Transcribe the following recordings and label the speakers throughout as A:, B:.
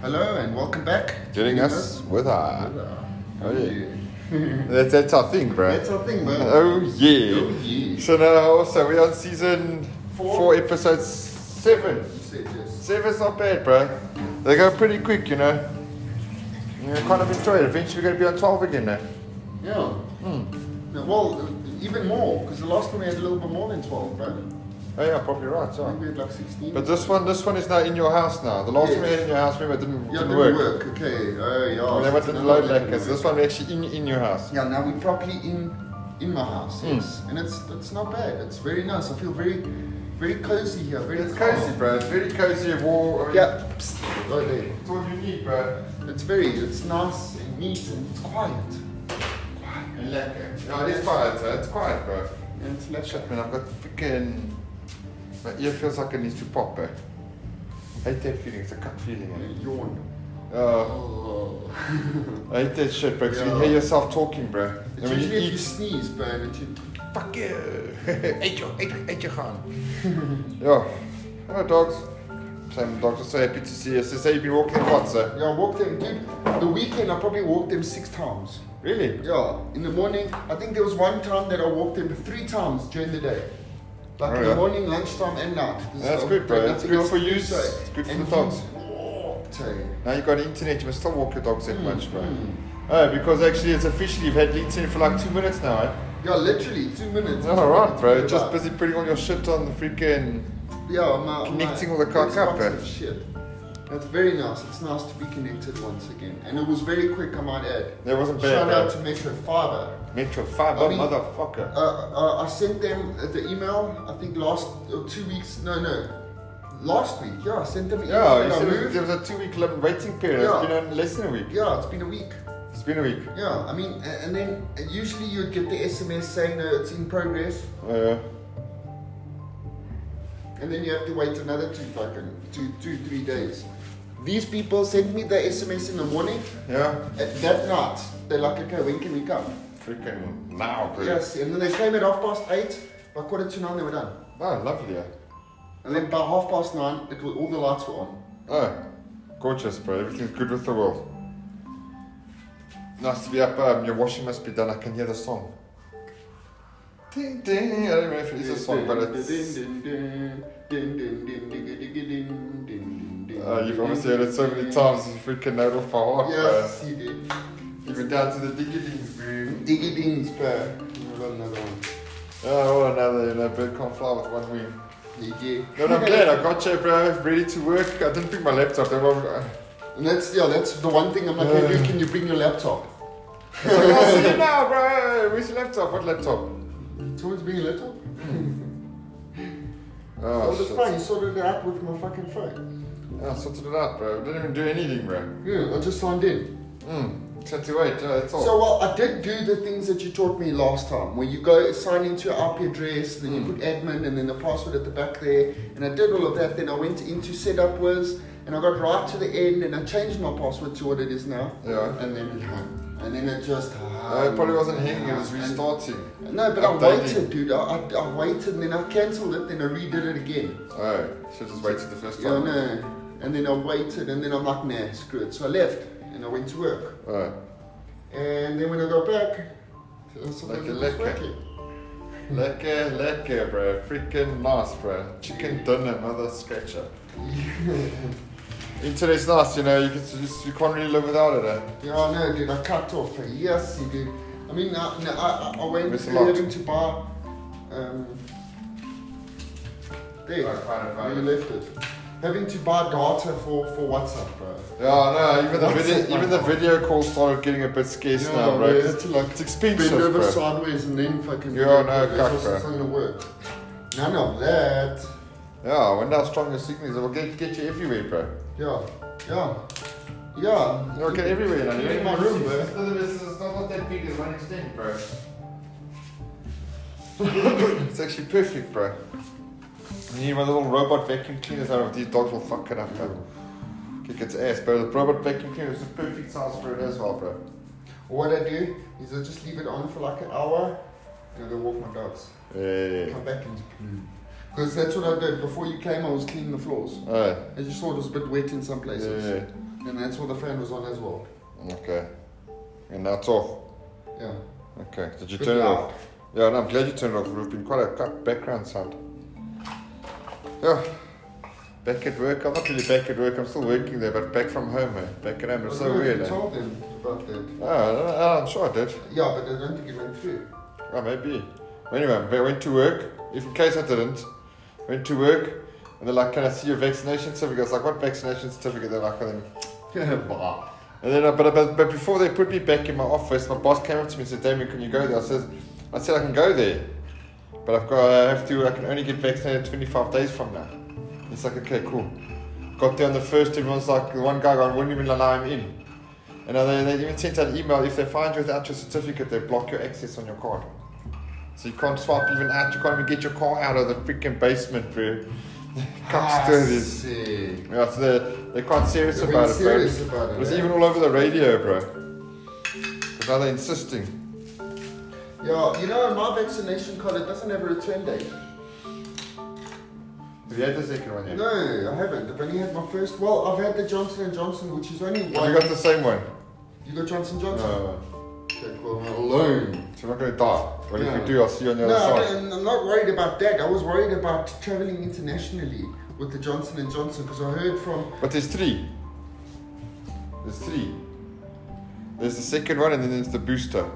A: Hello and welcome back.
B: Getting us with our.
A: Hello. How
B: Oh,
A: are
B: yeah.
A: you?
B: That's, that's our thing, bro.
A: That's our thing, man.
B: Oh yeah.
A: Oh, yeah.
B: So now, so we're on season
A: Four.
B: four, episode seven.
A: You said yes.
B: Seven's not bad, bro. They go pretty quick, you know. You know, kind of enjoy it. Eventually, we're gonna be on twelve again now. Hmm.
A: Yeah. No, well, even more, because the last one we had a little bit more than 12, right?
B: Oh yeah, probably right.
A: I think
B: So.
A: we had like 16.
B: But this one, this one is now in your house now. The last one we had in your house, remember, didn't,
A: yeah, it didn't
B: didn't work.
A: work. Okay. Oh, yeah.
B: They
A: so
B: wanted
A: it's
B: to
A: another one
B: load like
A: that
B: this.
A: didn't
B: This one we're actually in in your house.
A: Yeah, now we're properly in in my house,
B: Hmm.
A: yes. And it's it's not bad. It's very nice. I feel very very cozy here. Very
B: It's
A: calm.
B: cozy, bro. It's very cozy of all. I mean,
A: Yeah. Psst. Oh, there.
B: It's all you need, bro.
A: It's very it's nice and neat and it's quiet.
B: And lekker. Yeah, it is quiet, sir. It's quiet, bro.
A: And it's less
B: Shit, man, I've got freaking. My ear feels like it needs to pop, eh? I hate that feeling, it's a cut feeling.
A: yawn.
B: eh? Oh,
A: Oh.
B: I hate that shit, bro, 'cause
A: Yeah.
B: you hear yourself talking, bro.
A: It's
B: And when you
A: usually if you
B: eat,
A: sneeze, but it you
B: fuck you! eat your, eat, eat your gaan. yeah. Hello, dogs. Sam, dogs are so happy to see us. They say you've been walking them lots, sir.
A: yeah, I walked them dude. The weekend I probably walked them six times.
B: Really?
A: Yeah. In the morning, I think there was one time that I walked them three times during the day. Like
B: Oh,
A: in the
B: yeah.
A: morning, lunchtime and night. This
B: That's
A: is-
B: good, bro.
A: I've got
B: That's
A: nothing
B: good
A: else
B: for
A: to
B: you.
A: do, so-
B: It's good for
A: and
B: the dogs.
A: he walked, eh.
B: Now you've got internet, you must still walk your dogs that much, bro.
A: mm.
B: Oh, because actually it's official, you've had internet for like two minutes now, eh?
A: Yeah, literally two minutes.
B: All right, bro. Just
A: Yeah.
B: busy putting all your shit on the freaking.
A: Yeah, my,
B: Connecting
A: my,
B: all the cock
A: those
B: up,
A: boxes
B: eh?
A: of Shit. That's very nice. It's nice to be connected once again, and it was very quick. I might add.
B: That wasn't bad.
A: Shout
B: bro.
A: out to Metro Fiber.
B: Metro Fiber,
A: I mean-
B: motherfucker.
A: Uh, uh, I sent them the email. I think last uh, two weeks. No, no, last week. Yeah, I sent them. an email
B: Yeah,
A: that
B: you
A: I
B: said
A: moved.
B: there was a two-week lim- waiting period.
A: Yeah.
B: It's been on less than a week.
A: Yeah, it's been a week.
B: It's been a week.
A: Yeah, I mean, a- and then uh, usually you'd get the SMS saying that it's in progress,
B: Uh,
A: and then you have to wait another two fucking two, two, three days. These people sent me the SMS in the morning.
B: yeah.
A: At that night, they're like, okay, when can we come?
B: Freaking loud, bro.
A: Yes, and then they came at half past eight. By quarter to nine, they were done.
B: Oh, lovely. Yeah.
A: And then by half past nine, it was, all the lights were on.
B: Oh, gorgeous, bro. Everything's good with the world. Nice to be up. Um, your washing must be done. I can hear the song. Ding ding. I don't know if it is a song, but it's. Uh, you've obviously heard it so many times. You freaking know it off by heart, bro.
A: Yes, you did.
B: Even down to the diggings, bro.
A: Diggy dings, bro. I've got another one.
B: Oh, well, another, you know, bird can't fly with one wing.
A: Yeah.
B: No, no, I'm glad I got you, bro. Ready to work. I didn't bring my laptop. That one, uh,
A: And that's, yeah, that's the one thing I'm like,
B: Yeah.
A: hey, can you bring your laptop?
B: I was like, I'll see you now, bro. Where's your laptop? What laptop?
A: Someone's bringing a laptop? Oh,
B: Oh,
A: that's
B: shit.
A: fine. You sorted it out with my fucking phone.
B: Yeah, I sorted it out, bro. I didn't even do anything, bro.
A: Yeah, I just signed in.
B: Mm. Just had to wait. Yeah, that's all.
A: So well, I did do the things that you taught me last time, where you go sign into your IP address, then
B: Hmm.
A: you put admin, and then the password at the back there. And I did all of that. Then I went into setup was, and I got right to the end, and I changed my password to what it is now.
B: Yeah.
A: And then it hung. And then it just.
B: Uh, it probably wasn't hanging. It
A: hung.
B: was restarting.
A: And- No, but I
B: Updating.
A: waited, dude. I, I, I waited, and then I cancelled it, then I redid it again.
B: Oh, should just waited the first
A: Yeah,
B: time.
A: no. And then I waited, and then I'm like, nah, screw it. So I left, and I went to work.
B: Oh,
A: And then when I got back,
B: Like a lekker. lekker, lekker, bro. Freaking nice, bro. Chicken dinner, mother scratcher. Internet's nice, you know. You, can just, you can't really live without it, eh?
A: Yeah, I know, dude. I cut off for years, dude. I mean, I, no, I, I- I went
B: Miss a lot.
A: having to buy. Um, there,
B: Right, right, right.
A: where you left it. Having to buy data for, for WhatsApp, bro.
B: Yeah, I know. Even the
A: What's
B: video,
A: it like
B: even the
A: now?
B: video calls started getting a bit scarce
A: Yeah,
B: now, bro.
A: bro,
B: It's, it's expensive,
A: Bend over
B: bro.
A: sideways and then fucking.
B: Yeah, I know,
A: That's
B: cuck,
A: also
B: bro.
A: something to work. None of that.
B: Yeah, I wonder how strong your signal is. It will get get you everywhere, bro.
A: Yeah, yeah, yeah.
B: It will get everywhere. Now.
A: Even in my room, bro.
B: It's not, it's not, not that big as one extent, bro. it's actually perfect, bro. You need one of the little robot vacuum cleaners out of these dogs will fuck it up, bro. Kick its ass, bro. The robot vacuum cleaner is the perfect size for it as well, bro.
A: What I do is I just leave it on for like an hour and I go walk my dogs.
B: Yeah.
A: Come back and it's blue. Because that's what I did. Before you came, I was cleaning the floors.
B: Oh,
A: As you saw, it was a bit wet in some
B: yeah,
A: places.
B: yeah.
A: And that's what the fan was on as well.
B: yeah. Okay. And now it's off.
A: Yeah.
B: Okay. Did you
A: Bit
B: turn it
A: loud.
B: off? Yeah, no, I'm glad you turned it off. We've been quite a cut background sound. Yeah. Back at work. I'm not really back at work. I'm still working there, but back from home, man. Back at home. It's
A: I don't
B: so
A: know if
B: weird.
A: You
B: eh? Oh,
A: told them about that.
B: I don't know. Ah, I'm sure I did.
A: Yeah, but I don't think it went through.
B: Oh, maybe. Anyway, I went to work. If in case I didn't, went to work, and they're like, "Can I see your vaccination certificate?" I was like, "What vaccination certificate?" They're like, "Oh, then, bah." And then, uh, but, but but before they put me back in my office, my boss came up to me and said, "Damien, can you go there?" I said, "I said I can go there, but I've got I have to. I can only get vaccinated 25 days from now." It's like, okay, cool. Got there on the first. Everyone's like, the one guy gone wouldn't even allow him in. And uh, they, they even sent out an email if they find you without your certificate, they block your access on your card. So you can't swap even out. You can't even get your car out of the freaking basement, bro.
A: Ah,
B: Cuck sturdies.
A: see.
B: Yeah, so they're, they're quite serious
A: They're
B: about
A: being
B: it, bro.
A: serious about it,
B: It was
A: eh?
B: even all over the radio, bro. But now they're insisting.
A: Yeah, you know, my vaccination card, it doesn't have a return date.
B: Have you had the second one yet?
A: No, I haven't. I've only had my first. Well, I've had the Johnson and Johnson, which is only
B: Have
A: one.
B: you got the same one?
A: You got Johnson Johnson.
B: No.
A: Okay, cool. I'm alone.
B: So you're not going to die. Well, if
A: No.
B: you do, I'll see you on the
A: No, I
B: other side.
A: don't- I'm not worried about that. I was worried about traveling internationally with the Johnson and Johnson because I heard from.
B: But there's three. There's three. There's the second one, and then there's the booster.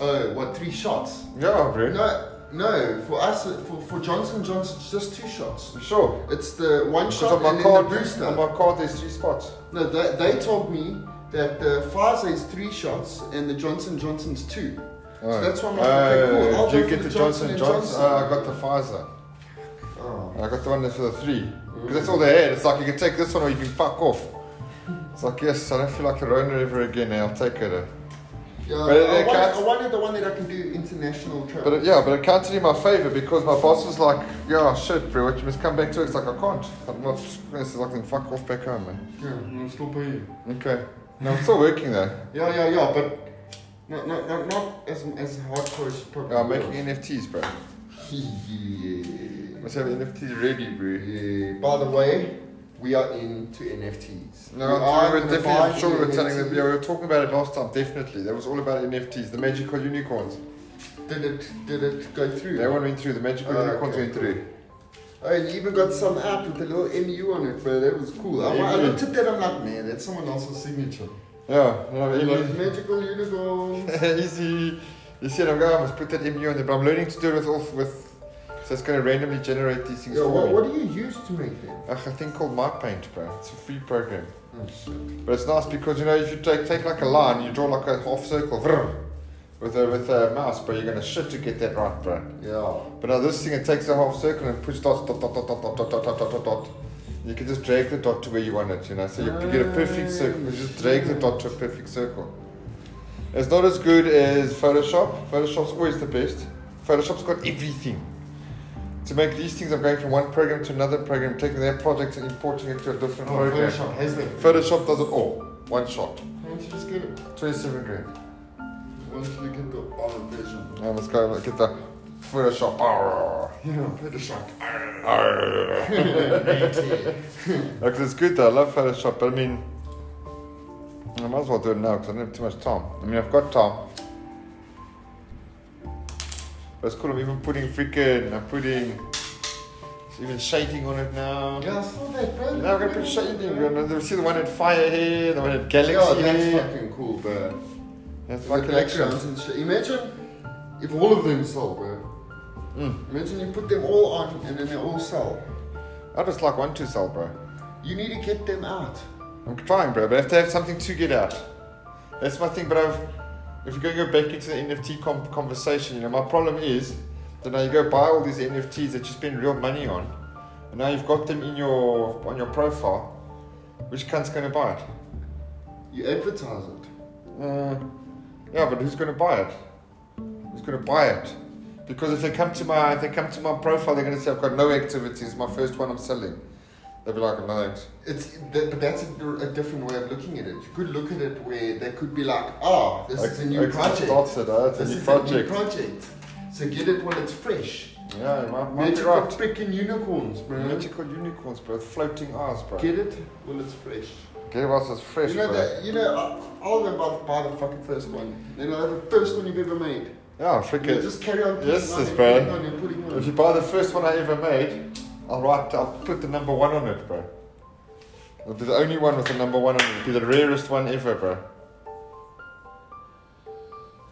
A: Oh, what three shots?
B: Yeah, bro.
A: No, no. For us, for, for Johnson Johnson, it's just two shots.
B: You sure?
A: It's the one
B: Because
A: shot
B: on
A: and
B: my
A: then
B: card,
A: the booster.
B: on my card, there's three spots.
A: No, they, they told me that the Pfizer is three shots and the Johnson Johnson's two. So that's why I'm like, okay, cool. I'll go
B: do Oh. Uh, you
A: for
B: get
A: the
B: the Johnson
A: and
B: Johnson?
A: Johnson.
B: Oh, I got the Pfizer.
A: Oh.
B: I got the one that's for the three. 'Cause that's all they had. It's like you can take this one or you can fuck off. It's like, yes, I don't feel like a runner ever again. eh, I'll take it. eh.
A: Yeah,
B: But it-
A: I,
B: it
A: wanted,
B: counts-
A: I wanted the one that I can do international
B: But
A: travel.
B: it, yeah, but it counted in my favour because my boss was like, yeah, oh, shit, bro, what you must come back to work. It's like, I can't. I'm not. It's like, then fuck off back home, man.
A: yeah, I'm
B: Mm,
A: still paying.
B: Okay. No, I'm still working though.
A: Yeah, yeah, yeah, but not, not, not, not as, as hardcore as you probably
B: Yeah, I'm
A: will.
B: making NFTs, bro.
A: yeah.
B: Must have NFTs ready, bro.
A: yeah. By the way, we are into NFTs.
B: No,
A: We
B: I
A: are
B: we're
A: gonna
B: definitely,
A: buy
B: I'm sure we were telling
A: NFTs.
B: them, yeah, we were talking about it last time, definitely. That was all about NFTs, the magical unicorns.
A: Did it, did it go through?
B: That one went through, the magical
A: Oh,
B: unicorns
A: okay,
B: went through.
A: Oh, you even got some app with a little MU on it, bro. That was cool. I, I
B: MU.
A: looked at that, I'm like, man, that's someone else's signature.
B: Yeah, no,
A: Like,
B: it-
A: magical unicorns.
B: Easy. You see, I'm going, I must put that MU on there, but I'm learning to do it with all, with, so it's going to randomly generate these things
A: Yo,
B: for
A: what,
B: me.
A: what do you use to make them?
B: Ugh, a thing called MyPaint, bro. It's a free program.
A: Oh, shit.
B: But it's nice because, you know, if you take, take like a line, you draw like a half circle, vrr, with a, with a mouse, bro, you're going to shit to get that right, bro.
A: Yeah.
B: But now this thing, it takes a half circle and puts dots, dot, dot, dot, dot, dot, dot, dot, dot, dot, dot, dot. You can just drag the dot to where you want it, you know. So you, you get a perfect circle. You just drag the dot to a perfect circle. It's not as good as Photoshop. Photoshop's always the best. Photoshop's got everything. To make these things, I'm going from one program to another program, taking their project and importing it to a different
A: Oh,
B: program. Photoshop.
A: has them.
B: does it all. One shot.
A: Why don't you just get it?
B: 27 grand.
A: Why don't you get the other version?
B: Now let's go get the Photoshop. Arr,
A: Yeah, play the shark.
B: arr.
A: yeah,
B: Like, it's good though. I love Photoshop, but I mean, I might as well do it now because I don't have too much time. I mean, I've got time. But it's cool. I'm even putting freaking, I'm putting even shading on it now.
A: I saw that, bro.
B: Now I'm gonna put shading. We're gonna- You see the one at Fire here, the one at Galaxy
A: Yeah, that's
B: here.
A: fucking cool,
B: eh,
A: bro.
B: That's
A: The
B: my collection.
A: backgrounds and shit. Imagine if all of them sold, bro.
B: Mm.
A: Imagine you put them all on and then they all sell.
B: I just like one to sell, bro.
A: You need to get them out.
B: I'm trying, bro, but I have to have something to get out. That's my thing. But I've, if you go back into the NFT com- conversation, you know, my problem is that now you go buy all these NFTs that you spend real money on, and now you've got them in your on your profile. Which cunt's going to buy it?
A: You advertise it.
B: Uh, yeah, but who's going to buy it? Who's going to buy it? Because if they come to my if they come to my profile, they're going to say I've got no activities. My first one I'm selling. They'll be like, no thanks.
A: It's that, but that's a, a different way of looking at it. You could look at it where they could be like, ah, this is a new
B: Oaks- Oaks
A: project.
B: starts it, huh? uh, It's a
A: This
B: new
A: is a new
B: project.
A: project. So get it when it's fresh.
B: Yeah, you might, might be
A: Magical
B: right.
A: freaking unicorns, bro.
B: Magical unicorns, bro. Floating eyes, bro. Get,
A: Get it? Well, it's fresh.
B: Get whilst it's fresh,
A: you know
B: bro.
A: that. You know, I- I'll go buy, buy the fucking first one. Then I'll have the first one you've ever made.
B: Yeah,
A: And then
B: freaking.
A: just carry on. putting
B: Yes,
A: on
B: it's
A: and
B: bad.
A: putting on and putting on.
B: If you buy the first one I ever made, I'll write, I'll put the number one on it, bro. It'll be the only one with the number one on it. It'll be the rarest one ever, bro.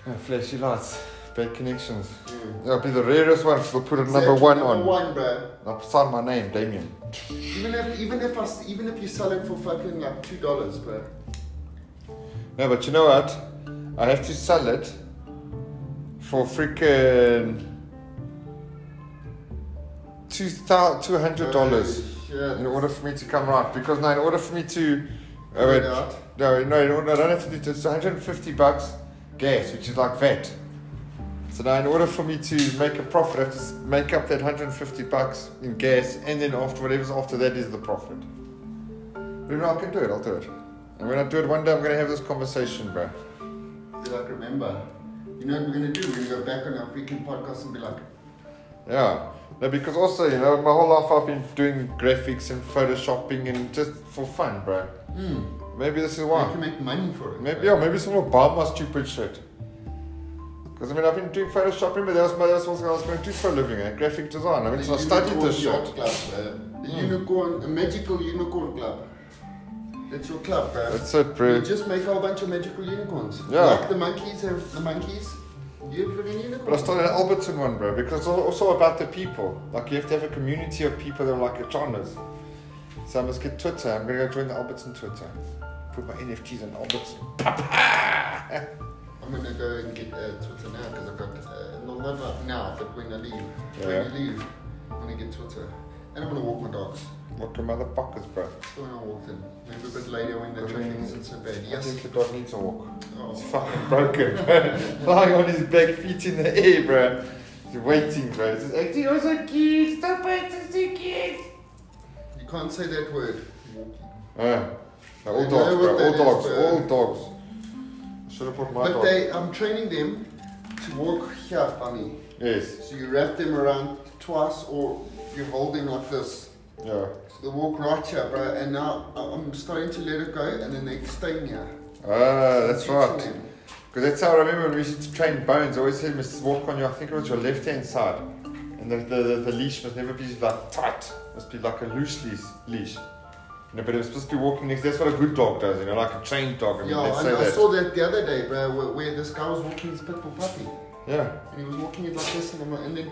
B: Yeah, flashy lights, bad connections.
A: Mm.
B: It'll be the rarest one, so they'll put a number
A: Exactly,
B: one
A: number
B: on.
A: one, bro.
B: I'll sign my name, Damien.
A: Even if even if I s even if you sell it for fucking like two dollars, bro.
B: No, but you know what? I have to sell it for freaking two hundred dollars in
A: Yeah.
B: order for me to come right. Because now, in order for me to, uh, wait,
A: Out.
B: no, no, in order, I don't have to do this. It's one hundred and fifty bucks gas, which is like VAT. So now, in order for me to make a profit, I have to s- make up that hundred and fifty bucks in gas, and then after whatever's after that is the profit. But you know, I can do it. I'll do it. And when I do it one day, I'm gonna have this conversation, bro.
A: Be like, remember, you know what we're gonna do? We're gonna go back on our freaking podcast and be like,
B: Yeah. No, because also, you know, my whole life I've been doing graphics and photoshopping and just for fun, bro.
A: hmm,
B: Maybe this
A: we
B: is why.
A: can make money for it.
B: Maybe,
A: bro.
B: yeah, maybe someone will buy my stupid shit. Because I mean, I've been doing photoshopping, but that was my that was what I was going to do for a living, eh? graphic design. I mean, so I studied this
A: unicorn yacht
B: shit.
A: Club, Hmm. bro. The unicorn, a magical unicorn club. That's your club, bro.
B: That's it,
A: You
B: bro.
A: just make a whole bunch of magical unicorns.
B: Yeah.
A: Like the monkeys have the monkeys. You have freaking
B: But I
A: unicorns.
B: started at Alberton one, bro, because it's al- also about the people. Like, you have to have a community of people that are like Achanas. So I must get Twitter. I'm going to go join the Alberton Twitter. Put my NFTs on Alberton.
A: I'm gonna go and get uh, Twitter now because I've got uh, no not right now, but when I leave,
B: Yeah.
A: when I leave, I'm gonna get Twitter, and I'm gonna walk my dogs.
B: What the motherfuckers, bro?
A: So when I walk them, maybe a bit later when the traffic isn't so bad.
B: I
A: Yes.
B: think the dog needs a walk. He's
A: Oh.
B: fucking broken, bro. Lying on his back feet in the air, bro. He's waiting, bro. He's just acting, oh, so cute. Stop waiting, so cute.
A: You can't say that word.
B: Yeah. Uh, No, all
A: I know
B: dogs,
A: what
B: bro. All
A: that
B: dogs.
A: is,
B: All dogs. Should have put my
A: But
B: dog.
A: they, I'm training them to walk here by me.
B: Yes.
A: So you wrap them around twice, or you hold them like this.
B: Yeah.
A: So they walk right here, bro. And now I- I'm starting to let it go, and then they stay here.
B: Ah, that's
A: Teaching
B: right.
A: them.
B: Because that's how I remember when we used to train bones. I always said, must walk on your, I think it was your left hand side. And the, the, the, the leash must never be like tight. must be like a loose leash. leash. You know, but it was supposed to be walking next. That's what a good dog does, you know, like a trained dog. I mean,
A: Yeah,
B: they
A: and
B: say
A: I
B: that.
A: saw that the other day, bro, where, where this guy was walking his pitbull puppy,
B: Yeah.
A: and he was walking it like this, and, I'm, and then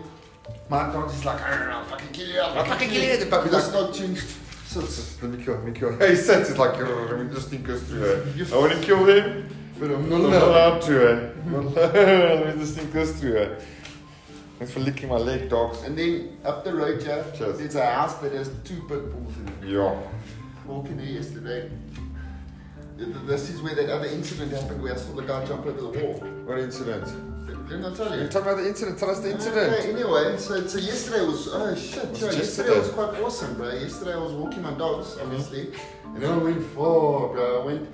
A: my dog is like, "Arr, I'll fucking kill you, I'll fucking kill you.
B: The puppy's
A: This
B: like,
A: dog changed sits,
B: let me kill, let me kill. Hey, he sits, it's like, "Oh, let me just think goes through there.
A: You-
B: I want to kill them,
A: but I'm
B: I'm
A: not
B: not
A: allowed.
B: allowed to. Eh? Not allowed. let me just think goes through there. Thanks for licking my leg, dogs.
A: And then up the road, yeah,
B: Cheers.
A: there's a house that has two pit bulls in it.
B: Yeah.
A: Walking there yesterday. Th- th- This is where that other incident happened where I saw the guy jump over the wall.
B: What incident?
A: Didn't I tell
B: You
A: you?
B: talk about the incident. Tell us the incident.
A: Okay, anyway, so, so yesterday was oh shit,
B: Was
A: yo, yesterday
B: yesterday.
A: was quite awesome, bro. Yesterday I was walking my
B: Mm-hmm.
A: dogs, obviously, and I went far, bro. I went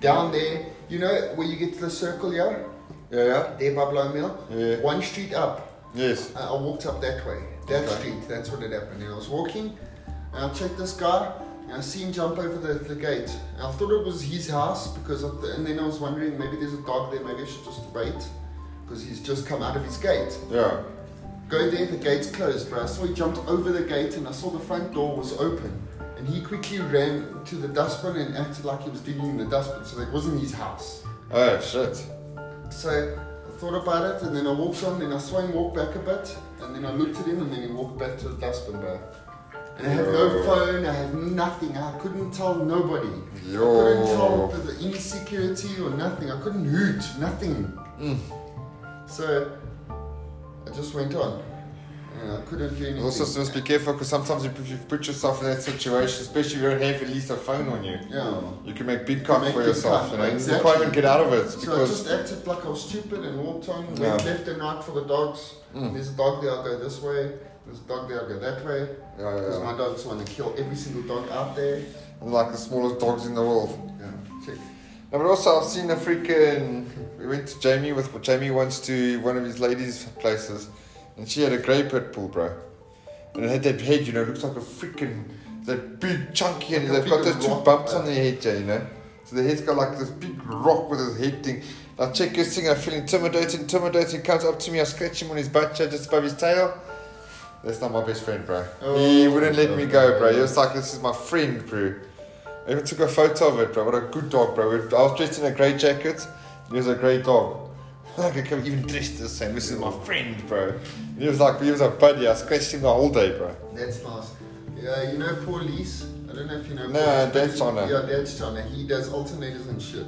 A: down there, you know, where you get to the circle, yeah,
B: Yeah, yeah.
A: there by Blow Mill,
B: Yeah.
A: one street up.
B: Yes.
A: Uh, I, I walked up that way, that
B: Okay.
A: street. That's what had happened. And I was walking, and I checked this guy, and I see him jump over the, the gate. And I thought it was his house because, of the, and then I was wondering maybe there's a dog there. Maybe I should just wait because he's just come out of his gate.
B: Yeah.
A: Go there, the gate's closed, but I saw he jumped over the gate and I saw the front door was open. And he quickly ran to the dustbin and acted like he was digging in the dustbin, so that wasn't his house.
B: Oh shit.
A: So I thought about it and then I walked on, then I saw him walk back a bit, and then I looked at him and then he walked back to the dustbin, bro. And I had no
B: Yo.
A: phone, I had nothing, I couldn't tell nobody. I couldn't tell
B: Yo.
A: the, the insecurity or nothing, I couldn't hoot, nothing.
B: Mm.
A: So I just went on. And I couldn't do anything.
B: Also, just be careful because sometimes you put, you put yourself in that situation, especially if you don't have at least a phone on you.
A: Yeah.
B: You can make big cock
A: make
B: for
A: big
B: yourself,
A: cock,
B: you know. You
A: exactly.
B: can't even get out of it
A: So I
B: because
A: just acted like I was stupid and walked on, went
B: Yeah.
A: left and right for the dogs.
B: Mm.
A: There's a dog there, I'll go this way. There's a dog there, I'll go that way.
B: yeah, yeah,
A: Because
B: yeah.
A: my dogs want to kill every single dog out there.
B: I'm like the smallest dogs in the world.
A: Yeah, check.
B: No, but also I've seen a freaking. We went to Jamie with Jamie once to one of his ladies' places, and she had a grey pit bull, bro. And it had that head, you know, looks like a freaking that big chunky, and
A: Like a
B: they've got
A: big
B: those two
A: rock,
B: bumps
A: bro.
B: on their head, yeah, you know. So the head's got like this big rock with his head thing. I check his thing, I feel intimidated, intimidated. He comes up to me, I scratch him on his butt, yeah, just above his tail. That's not my best friend, bro. he
A: Oh,
B: wouldn't let
A: no,
B: me go,
A: no,
B: bro.
A: no.
B: He was like, this is my friend, bro. I even took a photo of it, bro. What a good dog, bro. I was dressed in a grey jacket. He was a grey dog. Like, I can't even dress the same. This is my friend, bro. And he was like, he was a buddy. I scratched him the whole day, bro.
A: That's nice. Yeah, you know Paul Lees? I don't know if you know
B: No,
A: Paul Lees,
B: that's
A: but he-
B: China.
A: Yeah, that's China. He does alternators and shit.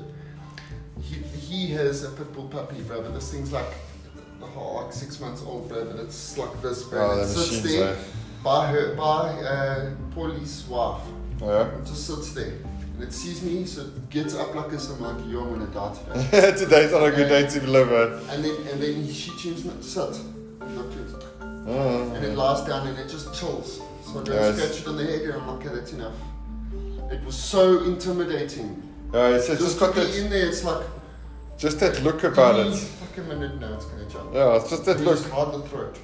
A: He, he has a pit bull puppy, bro, but this thing's like, oh, like six months old, bro, but it's like this, bro.
B: Oh,
A: and
B: the
A: it sits
B: machines,
A: there
B: eh?
A: by, her, by uh, Paul Lees' wife.
B: Yeah.
A: It just sits there. And it sees me, so it gets up like this. I'm like, yo, I'm gonna die today.
B: Today's not a good day to live, man.
A: and then and then she tunes not sit. Not tunes.
B: Mm.
A: And it lies down and it just chills. So I go
B: Yeah,
A: and
B: it's-
A: scratch it on the head and I'm like, okay, that's enough. It was so intimidating.
B: Yeah, it's, it's
A: Just
B: just
A: to
B: got
A: be
B: that,
A: in there, it's like,
B: just that look about
A: "Give me
B: it.
A: Fucking minute now, it's gonna jump.
B: Yeah, it's just that
A: You
B: look.
A: Just hide the throat.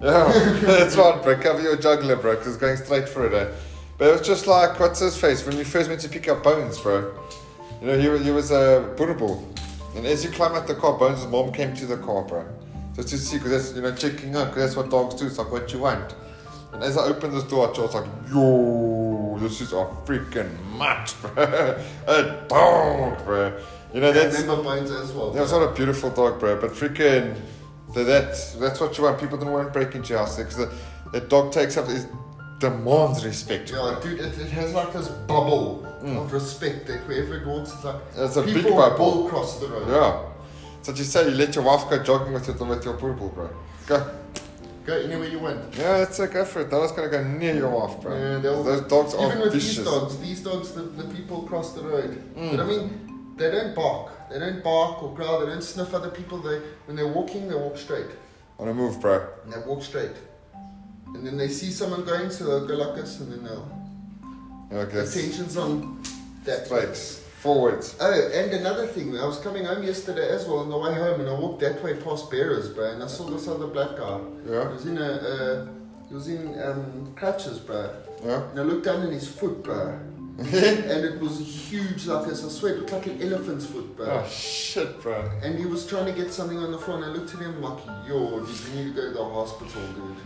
B: Yeah, that's right, bro. Cover your juggler, bro, 'cause it's going straight for it, eh? But it was just like, what's his face? When we first went to pick up Bones, bro. You know, he, wa- he was a uh, Buddhable. And as you climb out the car, Bones' mom came to the car, bro. Just to see, because that's, you know, checking out, 'cause that's what dogs do. It's like, what you want? And as I opened this door, I was like, yo, this is a freaking mutt, bro. a dog, bro. You know,
A: And
B: that's...
A: remember mines as well.
B: Yeah, it's not a beautiful dog, bro, but freaking that, that that's what you want. People don't want to break into your house because the, the dog takes up it demands respect.
A: Yeah,
B: bro.
A: dude, it, it has like this bubble of respect that wherever it walks, it's like
B: Mm. It's a big
A: people
B: bubble.
A: will cross the road.
B: yeah. So you say you let your wife go jogging with your with your poodle, bro. Go.
A: Go anywhere you want.
B: Yeah, that's a go for it. No one's gonna go near your wife, bro.
A: Yeah, they'll-
B: Those dogs
A: Even
B: are
A: with
B: vicious.
A: these dogs, these dogs, the, the people cross the road. But I mean, they don't bark. They don't bark or growl. They don't sniff other people. They when they're walking, they walk straight.
B: On a move, bro.
A: And they walk straight. And then they see someone going, so they'll go like this, and then they'll
B: Yeah, like this.
A: attention's on that.
B: Straight. Forwards.
A: Oh, and another thing, I was coming home yesterday as well on the way home, and I walked that way past Bearers, bro, and I saw this other black guy.
B: Yeah.
A: He was in a, uh, he was in um, crutches, bro.
B: Yeah.
A: And I looked down at his foot, bro. and it was huge, like this. I swear, it looked like an elephant's foot, bro.
B: Oh shit, bro.
A: And he was trying to get something on the floor, and I looked at him like, yo, dude, you need to go to the hospital, dude.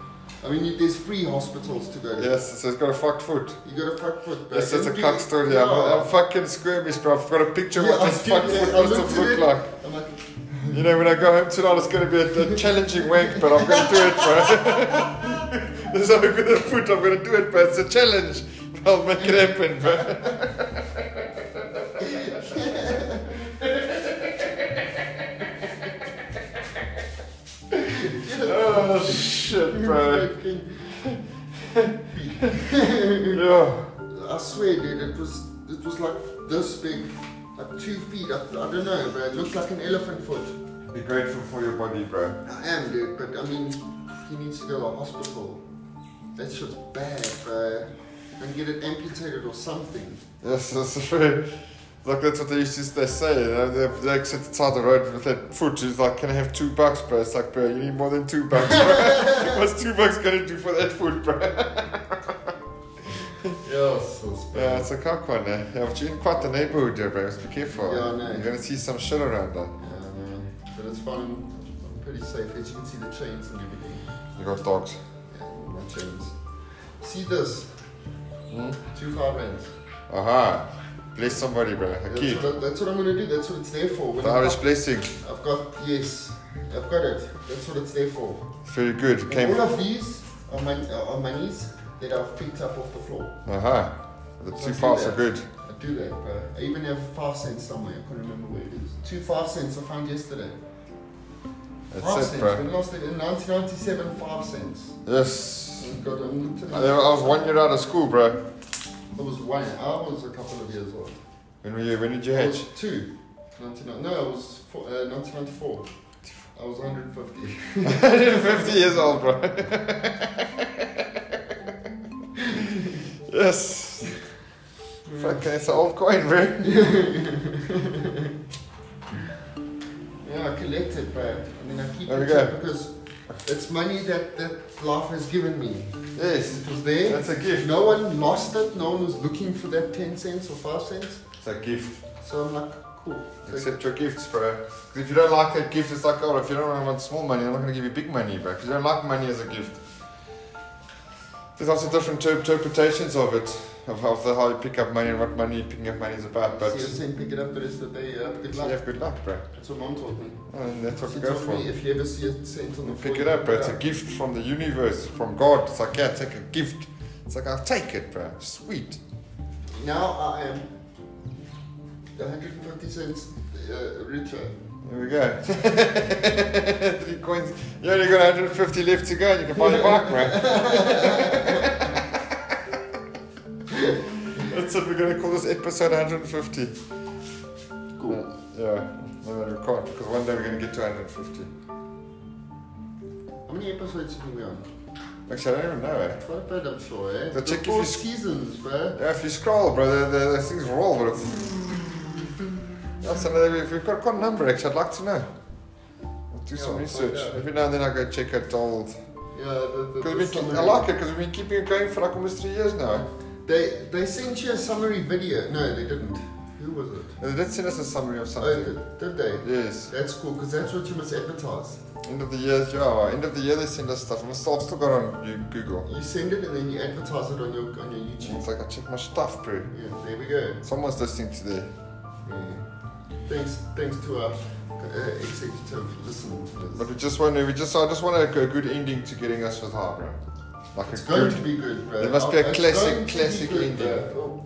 A: I mean, you- there's free hospitals to go to.
B: Yes, so it's got a fucked foot.
A: You got a fuck foot, bro.
B: This is a
A: Don't do-
B: cock story. I'm, I'm fucking squirmish, bro. I've got a picture of
A: Yeah, I
B: what this
A: did,
B: fucked
A: yeah,
B: foot
A: I
B: must
A: looked
B: have
A: at
B: looked
A: it.
B: like.
A: I'm like,
B: You know, when I go home tonight, it's going to be a, a challenging wank, but I'm going to do it, bro. There's no good at foot, I'm going to do it, bro. It's a challenge. I'll make it happen, bro. Oh, shit, bro. Yeah.
A: I swear, dude, it was it was like this big, like two feet. I, I don't know, bro. It looked like an elephant foot.
B: Be grateful for your body, bro.
A: I am, dude, but I mean, he needs to go to hospital. That shit's bad, bro. And get it amputated or something.
B: Yes, that's true. Like, that's what they used to they say. You know, they, they like, sit inside the road with that foot. He's like, can I have two bucks, bro? It's like, bro, you need more than two bucks, bro. What's two bucks going to do for that foot, bro?
A: Yes, it's
B: Yeah, it's a cock one, eh? Yeah, but you're in quite the neighborhood there, bro. Just be careful.
A: Yeah, I know.
B: You're gonna see some shit around there.
A: Yeah, I know. But it's fine. I'm pretty safe. As you can see, the chains and everything.
B: You got dogs.
A: Yeah, my chains. See this?
B: Hmm?
A: Two five rands.
B: Aha. Bless somebody, bro. A
A: That's
B: kid.
A: what, I, that's what I'm gonna do. That's what it's there for. When
B: The
A: I'm-
B: Irish blessing.
A: I've got yes, I've got it. That's what it's there for.
B: Very good.
A: And
B: Came.
A: all of these are, mon- uh, are monies that I've picked up off the floor.
B: Aha. The
A: So
B: two
A: do
B: fives
A: that.
B: are good.
A: I do that, bro. I even have five cents somewhere. I can't remember where it is. Two five cents I found yesterday. five
B: That's it,
A: cents.
B: bro.
A: When last did- in 1997, five cents.
B: Yes.
A: I've got- I'm looking
B: I I
A: at-
B: was one year out of school, bro.
A: I was one. I was a couple of years old.
B: When were you? When did you
A: I
B: hatch?
A: was two. 1990 no, I was four, uh, 1994. I was 150.
B: 150 years old, bro. yes. Fucking, it's an old coin, bro.
A: Yeah, I collect it, bro. I mean, I keep
B: There we
A: it
B: go.
A: because It's money that, that life has given me.
B: Yes.
A: It was there.
B: That's a gift.
A: No one lost it. No one was looking for that 10 cents or 5 cents.
B: It's a gift.
A: So I'm like, cool. So
B: Accept your gifts, bro. 'Cause if you don't like that gift, it's like, oh, if you don't want small money, I'm not going to give you big money, bro. 'Cause you don't like money as a gift. There's lots of different ter- interpretations of it, of, of the, how you pick up money and what money picking up money is about. But
A: see you soon, pick it up the rest of the day. Yeah, good
B: you
A: luck.
B: have good luck, bro.
A: That's what mom taught me.
B: And that's what
A: She
B: you go
A: told
B: for.
A: me if you ever see a cent on the floor,
B: You pick
A: you
B: it up, bro. It's a
A: up.
B: gift from the universe, from God. It's like, yeah, take a gift. It's like, I'll take it, bro. Sweet.
A: Now I am 150 cents uh, richer.
B: Here we go. Three coins. You only got 150 left to go and you can buy your bike, bro. That's what we're going to call this episode 150.
A: Cool.
B: Uh, yeah, no matter we can't because one day we're going to get to 150.
A: How many episodes have we been on?
B: Actually, I don't even know, eh?
A: Quite a bit, I'm sure, eh?
B: But
A: the
B: check if
A: four
B: you s-
A: seasons, bro.
B: Yeah, if you scroll, bro, the, the, the things roll, bro. That's another. If we've got a number, actually, I'd like to know. I'll do
A: Yeah,
B: some
A: I'll
B: research.
A: find out.
B: Every now and then I go check it all.
A: Yeah, the, the, the
B: Because we
A: summary.
B: I like it because we've been keeping it going for like almost three years now.
A: They, they sent you a summary video. No, they didn't. Who was it?
B: And they did send us a summary of
A: Oh,
B: something.
A: did, did they?
B: Yes.
A: That's cool, because that's what you must advertise.
B: End of the year, yeah. well, End of the year, they send us stuff. I'm still, I've still got it on you- Google.
A: You send it and then you advertise it on your on your YouTube.
B: It's like I check my stuff, bro.
A: Yeah, there we go.
B: Someone's listening today.
A: Yeah. Thanks, thanks to our uh, executive listeners.
B: But we just want to. We just. I just want a, a good ending to getting us with Harbor. Like
A: It's
B: a
A: going
B: good.
A: to be good, bro.
B: There must be a
A: It's
B: classic-
A: going to be
B: classic
A: good,
B: ending.
A: bro.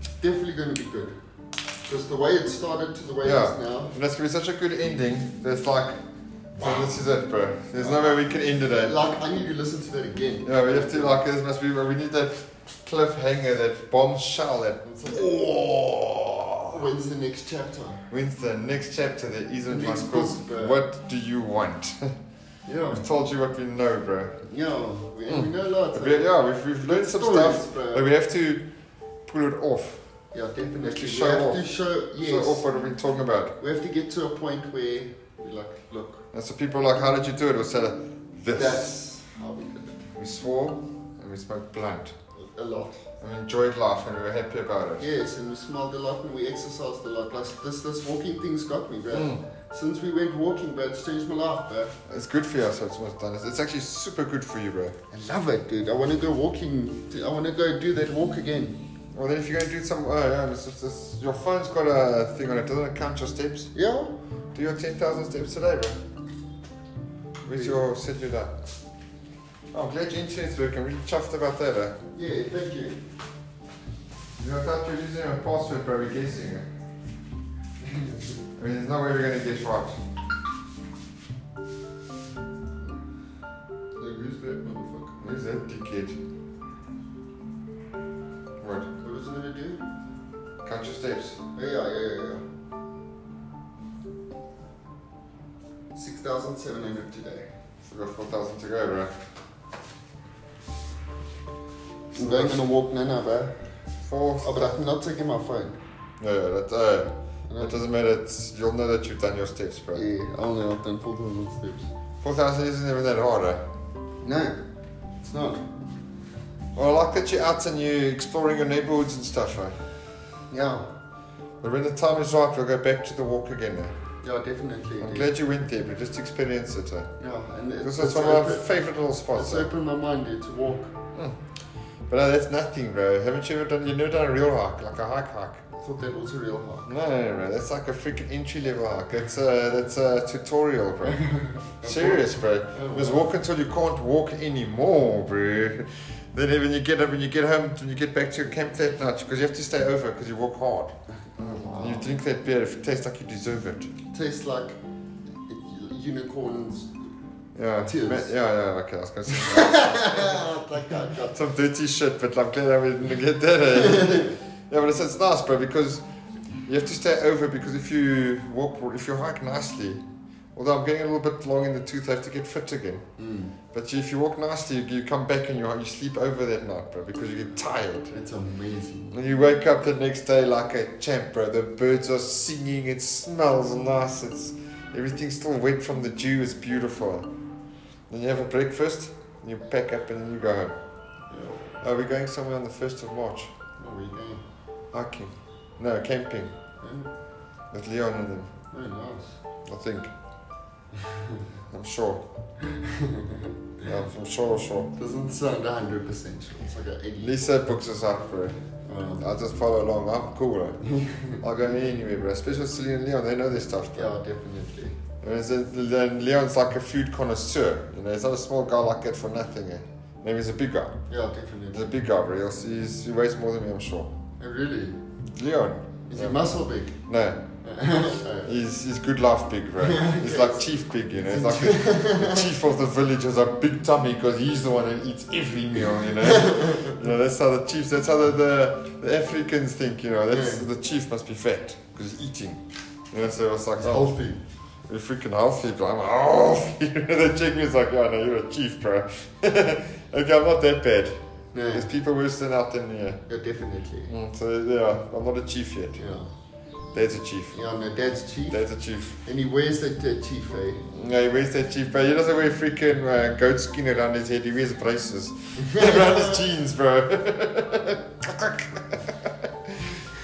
A: It's Definitely going to be good. Because the way it started to the way it
B: Yeah.
A: is now.
B: And that's gonna be such a good ending. That's like, so this is it, bro. There's no way we can end it. eh?
A: Like, I need to listen to that again.
B: Yeah, we have to like. This must be. We need that cliffhanger, that bombshell, that.
A: It's like,
B: Oh.
A: When's the next chapter?
B: When's the next chapter? There isn't
A: The
B: one
A: next
B: called
A: book, bro.
B: What do you want?
A: Yeah.
B: I've told you what we know, bro.
A: Yeah. We, we know lots.
B: But Hmm. we- yeah, we've, we've learned some
A: Stories,
B: stuff,
A: bro.
B: but we have to pull it off.
A: Yeah, definitely.
B: We have to
A: We
B: show
A: have
B: off.
A: to show, yes.
B: Show off what we've been talking about.
A: We have to get to a point where we're like, look,
B: And so people are like, how did you do it? We'll say, this.
A: that's how we did it.
B: We swore and we smoked blunt.
A: A lot.
B: And we enjoyed life and we were happy about it.
A: Yes, and we smelled a lot and we exercised a lot. Like this, this walking thing's got me, bro.
B: Mm.
A: Since we went walking, bro, it's changed my life, bro.
B: It's good for you, so it's what's done. It's- It's actually super good for you, bro.
A: I love it, dude. I want to go walking. I want to go do that walk again.
B: Well, then if you're going to do some, oh yeah, it's, it's, it's- your phone's got a thing on it, doesn't it count your steps?
A: Yeah.
B: Do your 10,000 steps today, bro. Where's your cellular? Oh, I'm glad your internet's working. really chuffed about that, eh?
A: Yeah. Thank you.
B: You know, without your username and password, bro, we're guessing it. I mean, there's no way we're gonna guess right.
A: Like, who's that motherfucker?
B: Who's that dickhead? What?
A: What was I gonna do?
B: Count your steps.
A: Oh, yeah, yeah, yeah, yeah. Six thousand seven hundred today.
B: Still got 4,000 to go, bro.
A: I'm going on a walk now, now, bro.
B: Four.
A: Oh, but I'm not taking my phone.
B: No, yeah, that, uh, that doesn't matter. It's, you'll know that you've done your steps, bro.
A: Yeah, I only have done 4,000 steps.
B: 4,000 isn't even that hard, eh?
A: No, it's not.
B: Well, I like that you're out and you're exploring your neighborhoods and stuff, eh?
A: Yeah,
B: But when the time is right, we'll go back to the walk again, eh?
A: yeah, definitely.
B: I'm
A: dude.
B: glad you went there, but just experience it, eh?
A: Yeah, and it's,
B: Because
A: it's,
B: that's one of my
A: open,
B: favorite little spots.
A: it's
B: eh?
A: opened my mind dude, to walk.
B: But no, that's nothing, bro. Haven't you ever done? You never done a real hike, like a hike hike?
A: I thought that was a real hard.
B: No, no, no, bro. That's like a freaking entry level hike. It's a that's a tutorial, bro. Serious, bro. You must walk until you can't walk anymore, bro. Then when you get up and you get home, when you get back to your camp that night, because you have to stay over because you work hard.
A: Oh,
B: And you drink that beer if it tastes like you deserve it.
A: tastes like unicorns.
B: Yeah.
A: Tears.
B: Ma- Yeah, yeah. Okay, I was gonna say.
A: like Ah, that, God.
B: some dirty shit, but I'm glad I didn't get that. eh? yeah, but it's, it's nice, bro, because you have to stay over because if you walk, if you hike nicely, although I'm getting a little bit long in the tooth, I have to get fit again.
A: Mm,
B: But if you walk nicely, you, you come back and you, you sleep over that night, bro, because you get tired.
A: it's amazing.
B: And you wake up the next day like a champ, bro. The birds are singing, it smells nice, it's everything's still wet from the dew, it's beautiful. Then you have a breakfast, and you pack up, and then you go home.
A: Yeah.
B: Are we going somewhere on the 1st of March?
A: Where are you going?
B: Hiking. No, camping.
A: Yeah.
B: With Leon and them,
A: Very nice.
B: I think. I'm sure. Yeah, I'm sure, sure.
A: Doesn't sound 100 percent sure. It's like an 80.
B: Lisa books us out, bro.
A: Um,
B: I just follow along. I'm cool, bro. I'll go anywhere, bro. Especially Celine and Leon, they know their stuff, bro.
A: yeah, definitely.
B: Whereas then- then Leon's like a food connoisseur. You know, he's not a small guy like that for nothing. Eh? Maybe he's a big guy.
A: Yeah,
B: He's a
A: definitely.
B: big guy, bro. He'll see- He's, he weighs more than me, I'm sure.
A: Oh, really?
B: Leon.
A: Is
B: Yeah.
A: he muscle big?
B: No,
A: oh,
B: he's, he's good life big, bro. He's like chief big, you know. He's like the chief of the village has a big tummy because he's the one who eats every meal, you know. you know, that's how the chiefs, that's how the, the, the Africans think, you know. That's,
A: Yeah.
B: The chief must be fat because he's eating. You know, so it's like,
A: it's
B: oh,
A: healthy.
B: You're freaking healthy, bro. I'm healthy. the chick is like, oh no, you're a chief, bro. okay, I'm not that bad.
A: Yeah,
B: There's people worse than out in here.
A: yeah, definitely.
B: Mm, so yeah, I'm not a chief yet.
A: Yeah.
B: There's a chief.
A: Yeah, no, dad's chief.
B: There's a chief.
A: And he wears that uh, chief, eh?
B: Yeah, he wears that chief, but he doesn't wear freaking uh, goat skin around his head. He wears braces around his jeans, bro.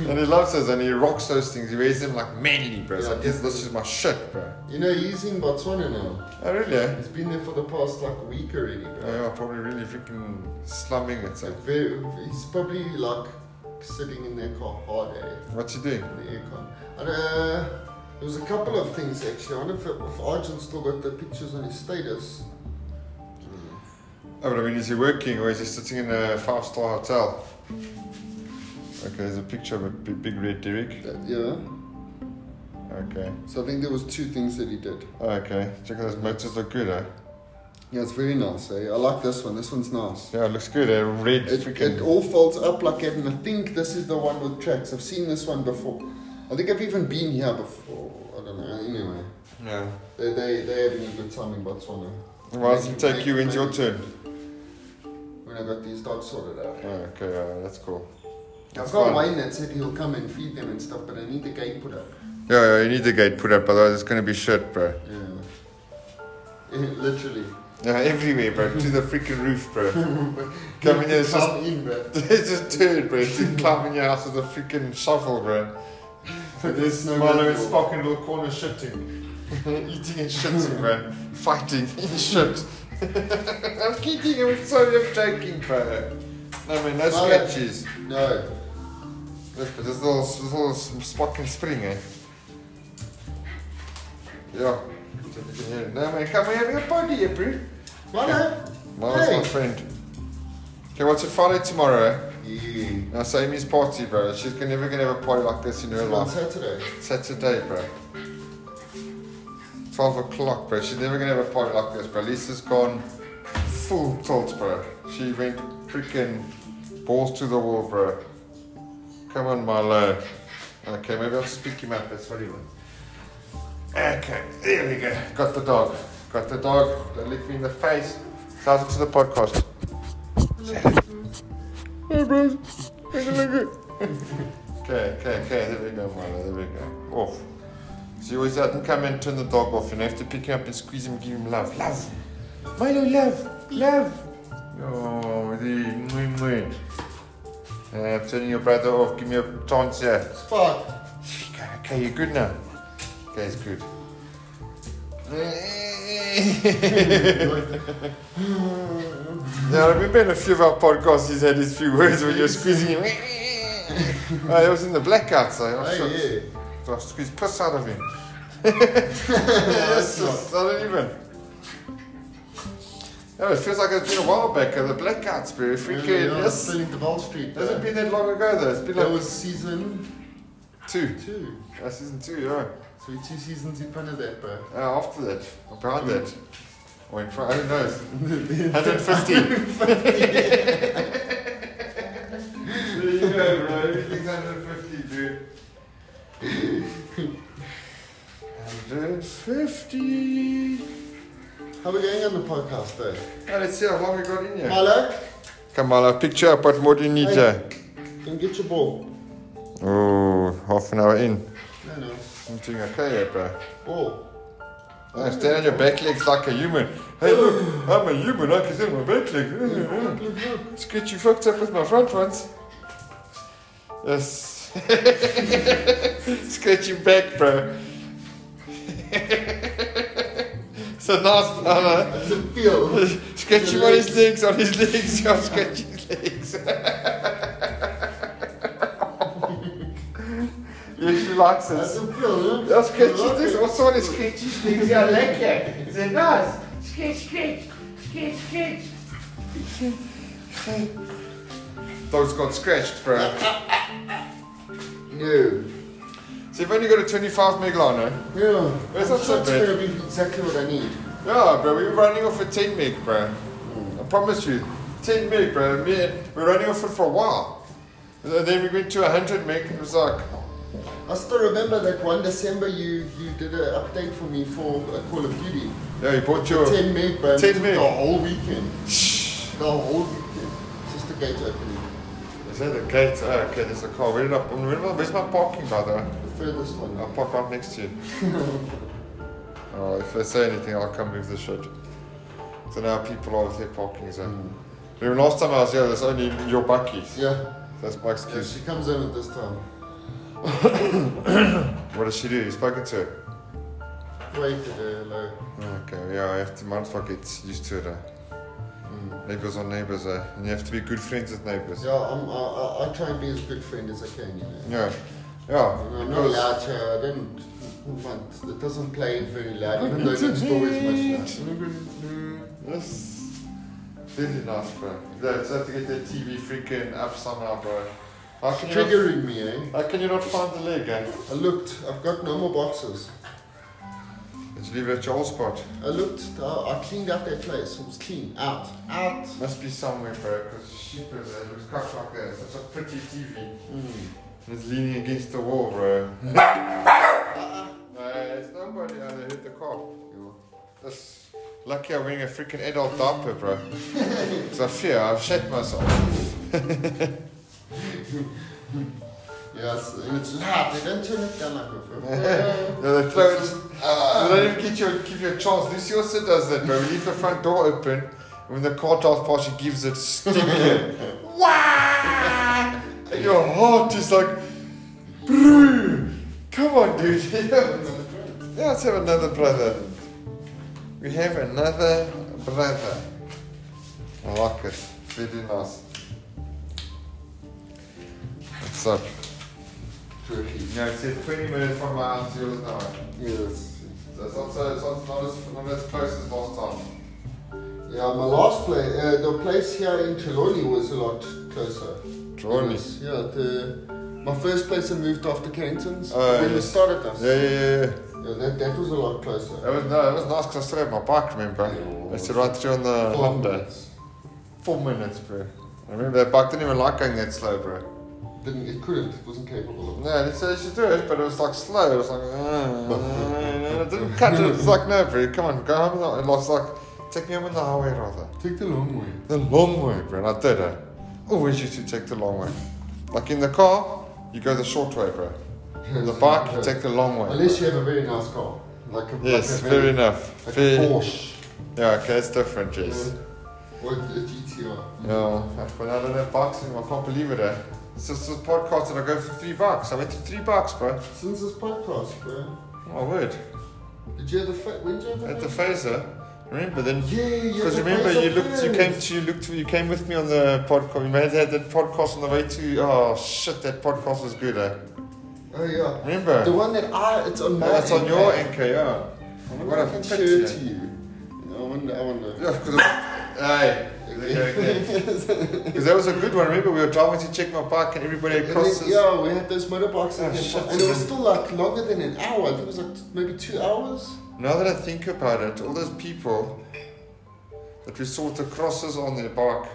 B: and he loves those, and he rocks those things. He wears them like manly, bro. So
A: Yeah,
B: this, this is my shit, bro.
A: You know, he's in Botswana now.
B: Oh really? eh?
A: He's been there for the past like week already, bro.
B: Oh, yeah, probably really freaking slumming it.
A: So
B: So.
A: very, he's probably like sitting in their car hard, eh?
B: What's he doing?
A: the aircon. And, uh, there was a couple of things actually. I wonder if, if Arjun still got the pictures on his status.
B: Oh, but I mean, is he working or is he sitting in a five star hotel? Okay, there's a picture of a b- big red Derek.
A: That, yeah.
B: Okay.
A: So I think there was two things that he did.
B: Okay. Check out those motors look good, eh?
A: Yeah, it's very nice. Eh? I like this one. This one's nice.
B: Yeah, it looks good, eh? Red
A: It, it
B: freaking.
A: all folds up like that, and I think this is the one with tracks. I've seen this one before. I think I've even been here before. I don't know. Anyway,
B: yeah.
A: they they they're having a good time in Botswana.
B: Why does it take you? When's your turn?
A: When I got these dogs sorted out.
B: Oh, okay, yeah, that's cool.
A: I've
B: That's
A: got
B: fine.
A: Wayne that said he'll come and feed them and stuff, but I need the gate put up.
B: Yeah, yeah, you need the gate put up, otherwise it's gonna be shit, bro.
A: Yeah. Yeah, Literally.
B: Yeah, everywhere, bro. to the freaking roof, bro. Come in here, it's just
A: Come in, bro.
B: It's just turd, bro. It's just climbing your house with a freaking shovel, bro.
A: But
B: This
A: there's no
B: Milo
A: way
B: is
A: for-
B: fucking little corner shitting. Eating and shitting, bro. Fighting and shit. I'm kidding, I'm sorry, I'm joking, bro. No, man,
A: Milo.
B: no scratches.
A: No.
B: Look, but this little, this little s- fucking spring, eh? Yeah. No, man, come here, have your body, eh, bro.
A: Mono.
B: Milo's my
A: Hey.
B: friend. Okay, what's it Friday tomorrow, eh?
A: Yeah.
B: Now, Amy's party, bro. She's gonna- never gonna have a party like this in her
A: It's on
B: life.
A: Saturday.
B: Saturday, bro. 12 o'clock, bro. She's never gonna have a party like this, bro. Lisa's gone full tilt, bro. She went freaking balls to the wall, bro. Come on, Milo. Okay, maybe I'll speak him up. That's what he wants. Okay, there we go. Got the dog. Got the dog. Don't lick me in the face. Shout out to the podcast. Hey, bro. Okay, okay, okay. There we go, Milo. There we go. Off. So you always have to come and turn the dog off. You know, you have to pick him up and squeeze him, give him love, love. Milo, love, love. Oh, the mwah, mwah. Uh, I'm turning your brother off. Give me a chance here.
A: Fuck.
B: Okay, okay, you're good now. Okay, it's good. now, I remember in a few of our podcasts, he's had his few words when you're squeezing him. oh, it was in the blackout, so I, shot-
A: Hey, Oh, yeah.
B: so I squeezed piss out of him. Yes, it's not even. No, it feels like it's been a while back. uh, The blackouts, bro. Freaking,
A: yeah,
B: yes.
A: Filling the Wall Street.
B: It hasn't
A: though.
B: been that long ago, though. It's been
A: That
B: like
A: was season
B: two.
A: two.
B: Uh, season two, yeah.
A: So we're two seasons in front of that, bro.
B: Uh, after that, or behind that, or in front, who knows? 150. there you go, bro. Everything's 150, dude. 150.
A: How are we going on the podcast, though?
B: Now let's see how long we got in here.
A: Milo,
B: Come on, I'll picture up. What more do you need,
A: Hey.
B: Jay?
A: can you get your ball.
B: Oh, half an hour in.
A: No, no.
B: I'm doing okay, yeah, bro.
A: Ball.
B: I stand on your back legs like a human. Hey, look, I'm a human. I can stand on my back leg. Screech, you fucked up with my front ones. Yes. Scratch your back, bro. it's a nice
A: How
B: banana.
A: does it feel?
B: Scratching on his legs, on his legs, on scratching his legs. yes, she likes
A: How does
B: us.
A: it feel? huh?
B: I'll scratch his legs. What's on his scratchy legs? Yeah, I like it. Is it nice?
C: Skitch, skitch, skitch, skitch.
B: Dog's got scratched, bro.
A: No.
B: So you've only got a 25 meg eh? liner.
A: Yeah.
B: That's
A: I'm sure
B: not so
A: it's
B: bad.
A: gonna be exactly what I need.
B: Yeah, bro, we're running off a 10 meg, bro. I promise you, 10 meg, bro. Me- We're running off it for a while. And then we went to 100 meg. It was like,
A: I still remember that one December you, you did an update for me for uh, Call of Duty.
B: yeah, you bought your.
A: 10 meg, bro.
B: 10 meg.
A: The whole weekend. The whole weekend. Just the gate opening.
B: Is that a gate? Oh, okay, there's a car. Where did I, where, where's my parking, by the way?
A: The furthest one.
B: I'll park right next to you. oh, if they say anything, I'll come move the shit. So now people are with their parking
A: Hmm.
B: zone. Remember last time I was here, there's only your buckies.
A: Yeah.
B: That's my
A: yeah.
B: excuse.
A: She comes in at this time.
B: What does she do? You spoken to her?
A: Wait to her, hello.
B: Okay, yeah, I have to, might as well get used to it. Eh?
A: mm.
B: Neighbors are neighbors, eh? and you have to be good friends with neighbors.
A: Yeah, I'm, I, I, I try and be as good friend as I can, you know.
B: Yeah, yeah.
A: You know, I'm not
B: because-
A: loud here. I don't want, it doesn't play very loud, even though it's always much uh, loud.
B: That's really nice, bro. They just have to get their TV freaking up somehow, bro. How can, you
A: Triggering me, eh?
B: not, how can you not find the leg, eh?
A: I looked, I've got no more boxes.
B: Did you leave it at your old spot?
A: I looked, I, I cleaned out that place. It was clean. Out. Out.
B: Must be somewhere, bro, because sheep is there. It looks cocked like that. It's such a pretty TV. Hmm. And it's leaning against the wall, bro. no, it's nobody. Oh, they hit the car. That's lucky I'm wearing a freaking adult diaper, bro. Because I fear I've shat myself.
A: Yes, and it's loud. They don't turn it down like a
B: No, they throw it. you don't even get your, give you a chance. Lucy also does that, bro. We leave the front door open, and when the car drives past, she gives it stick. Wah! And your heart is like, bro, come on, dude. yeah, let's have another brother. We have another brother. I like it. Very nice. What's up?
A: turkey.
B: No, it says 20 minutes from my house to yours now.
A: Yes.
B: So it's not, so, it's not, not, as, not as close as last time.
A: Yeah, my last place, uh, the place here in Trelawney was a lot closer. It
B: Trelawney.
A: was- Yeah, the, my first place I moved after Canton's.
B: Oh,
A: when we
B: yes.
A: started us.
B: Yeah, yeah, yeah. yeah.
A: Yeah, that, that was a lot closer.
B: It was, no, it was nice because I still had my bike, remember?
A: Yeah.
B: I used to ride through on the Honda.
A: minutes.
B: Four minutes, bro. I remember that bike didn't even like going that slow, bro.
A: Didn't, it couldn't, it wasn't capable of
B: No, they said you should do it, but it was like slow. It was like, "Ah, uh, it didn't cut it. It was like, no, bro, come on, go home. now. It was like, take me home on the highway rather.
A: Take the long way.
B: The long way, bro. And I did it. Always used to take the long way. Like in the car, you go the short way, bro. On the bike, you take the long way. bro.
A: Unless you have a very nice car. Like a,
B: Yes,
A: like a
B: fair enough.
A: Like a
B: Fair-
A: Porsche.
B: Yeah, okay, it's different, yes.
A: Or a GTR.
B: Yeah, I've been out of that box and I can't believe it, eh? It's just this podcast and I go for three bucks. I went to three bucks, bro.
A: Since this podcast, bro.
B: Oh, word.
A: Did you have the fa- when did you have
B: At the
A: the fa-
B: phaser, remember then.
A: Yeah, yeah.
B: Because
A: the
B: remember,
A: face
B: you
A: of
B: looked, you came
A: parents.
B: to, you looked, you came with me on the podcast. We made had that podcast on the way to. Oh shit, that podcast was good, eh?
A: Oh yeah.
B: Remember?
A: The one that I it's on my.
B: Oh, it's on
A: end,
B: your
A: eh?
B: anchor, yeah.
A: I wonder
B: What
A: if
B: a
A: I can
B: pity,
A: show it
B: eh?
A: to you. I wonder. I wonder.
B: Yeah, because. Aye. Because that was a good one. Remember, we were driving to check my park and everybody
A: And
B: across.
A: then,
B: this-
A: yeah, we had those motorbikes
B: Ah,
A: again,
B: shit,
A: and it was
B: man.
A: still like longer than an hour. I think it was like maybe two hours.
B: Now that I think about it, all those people that we saw with the crosses on their bike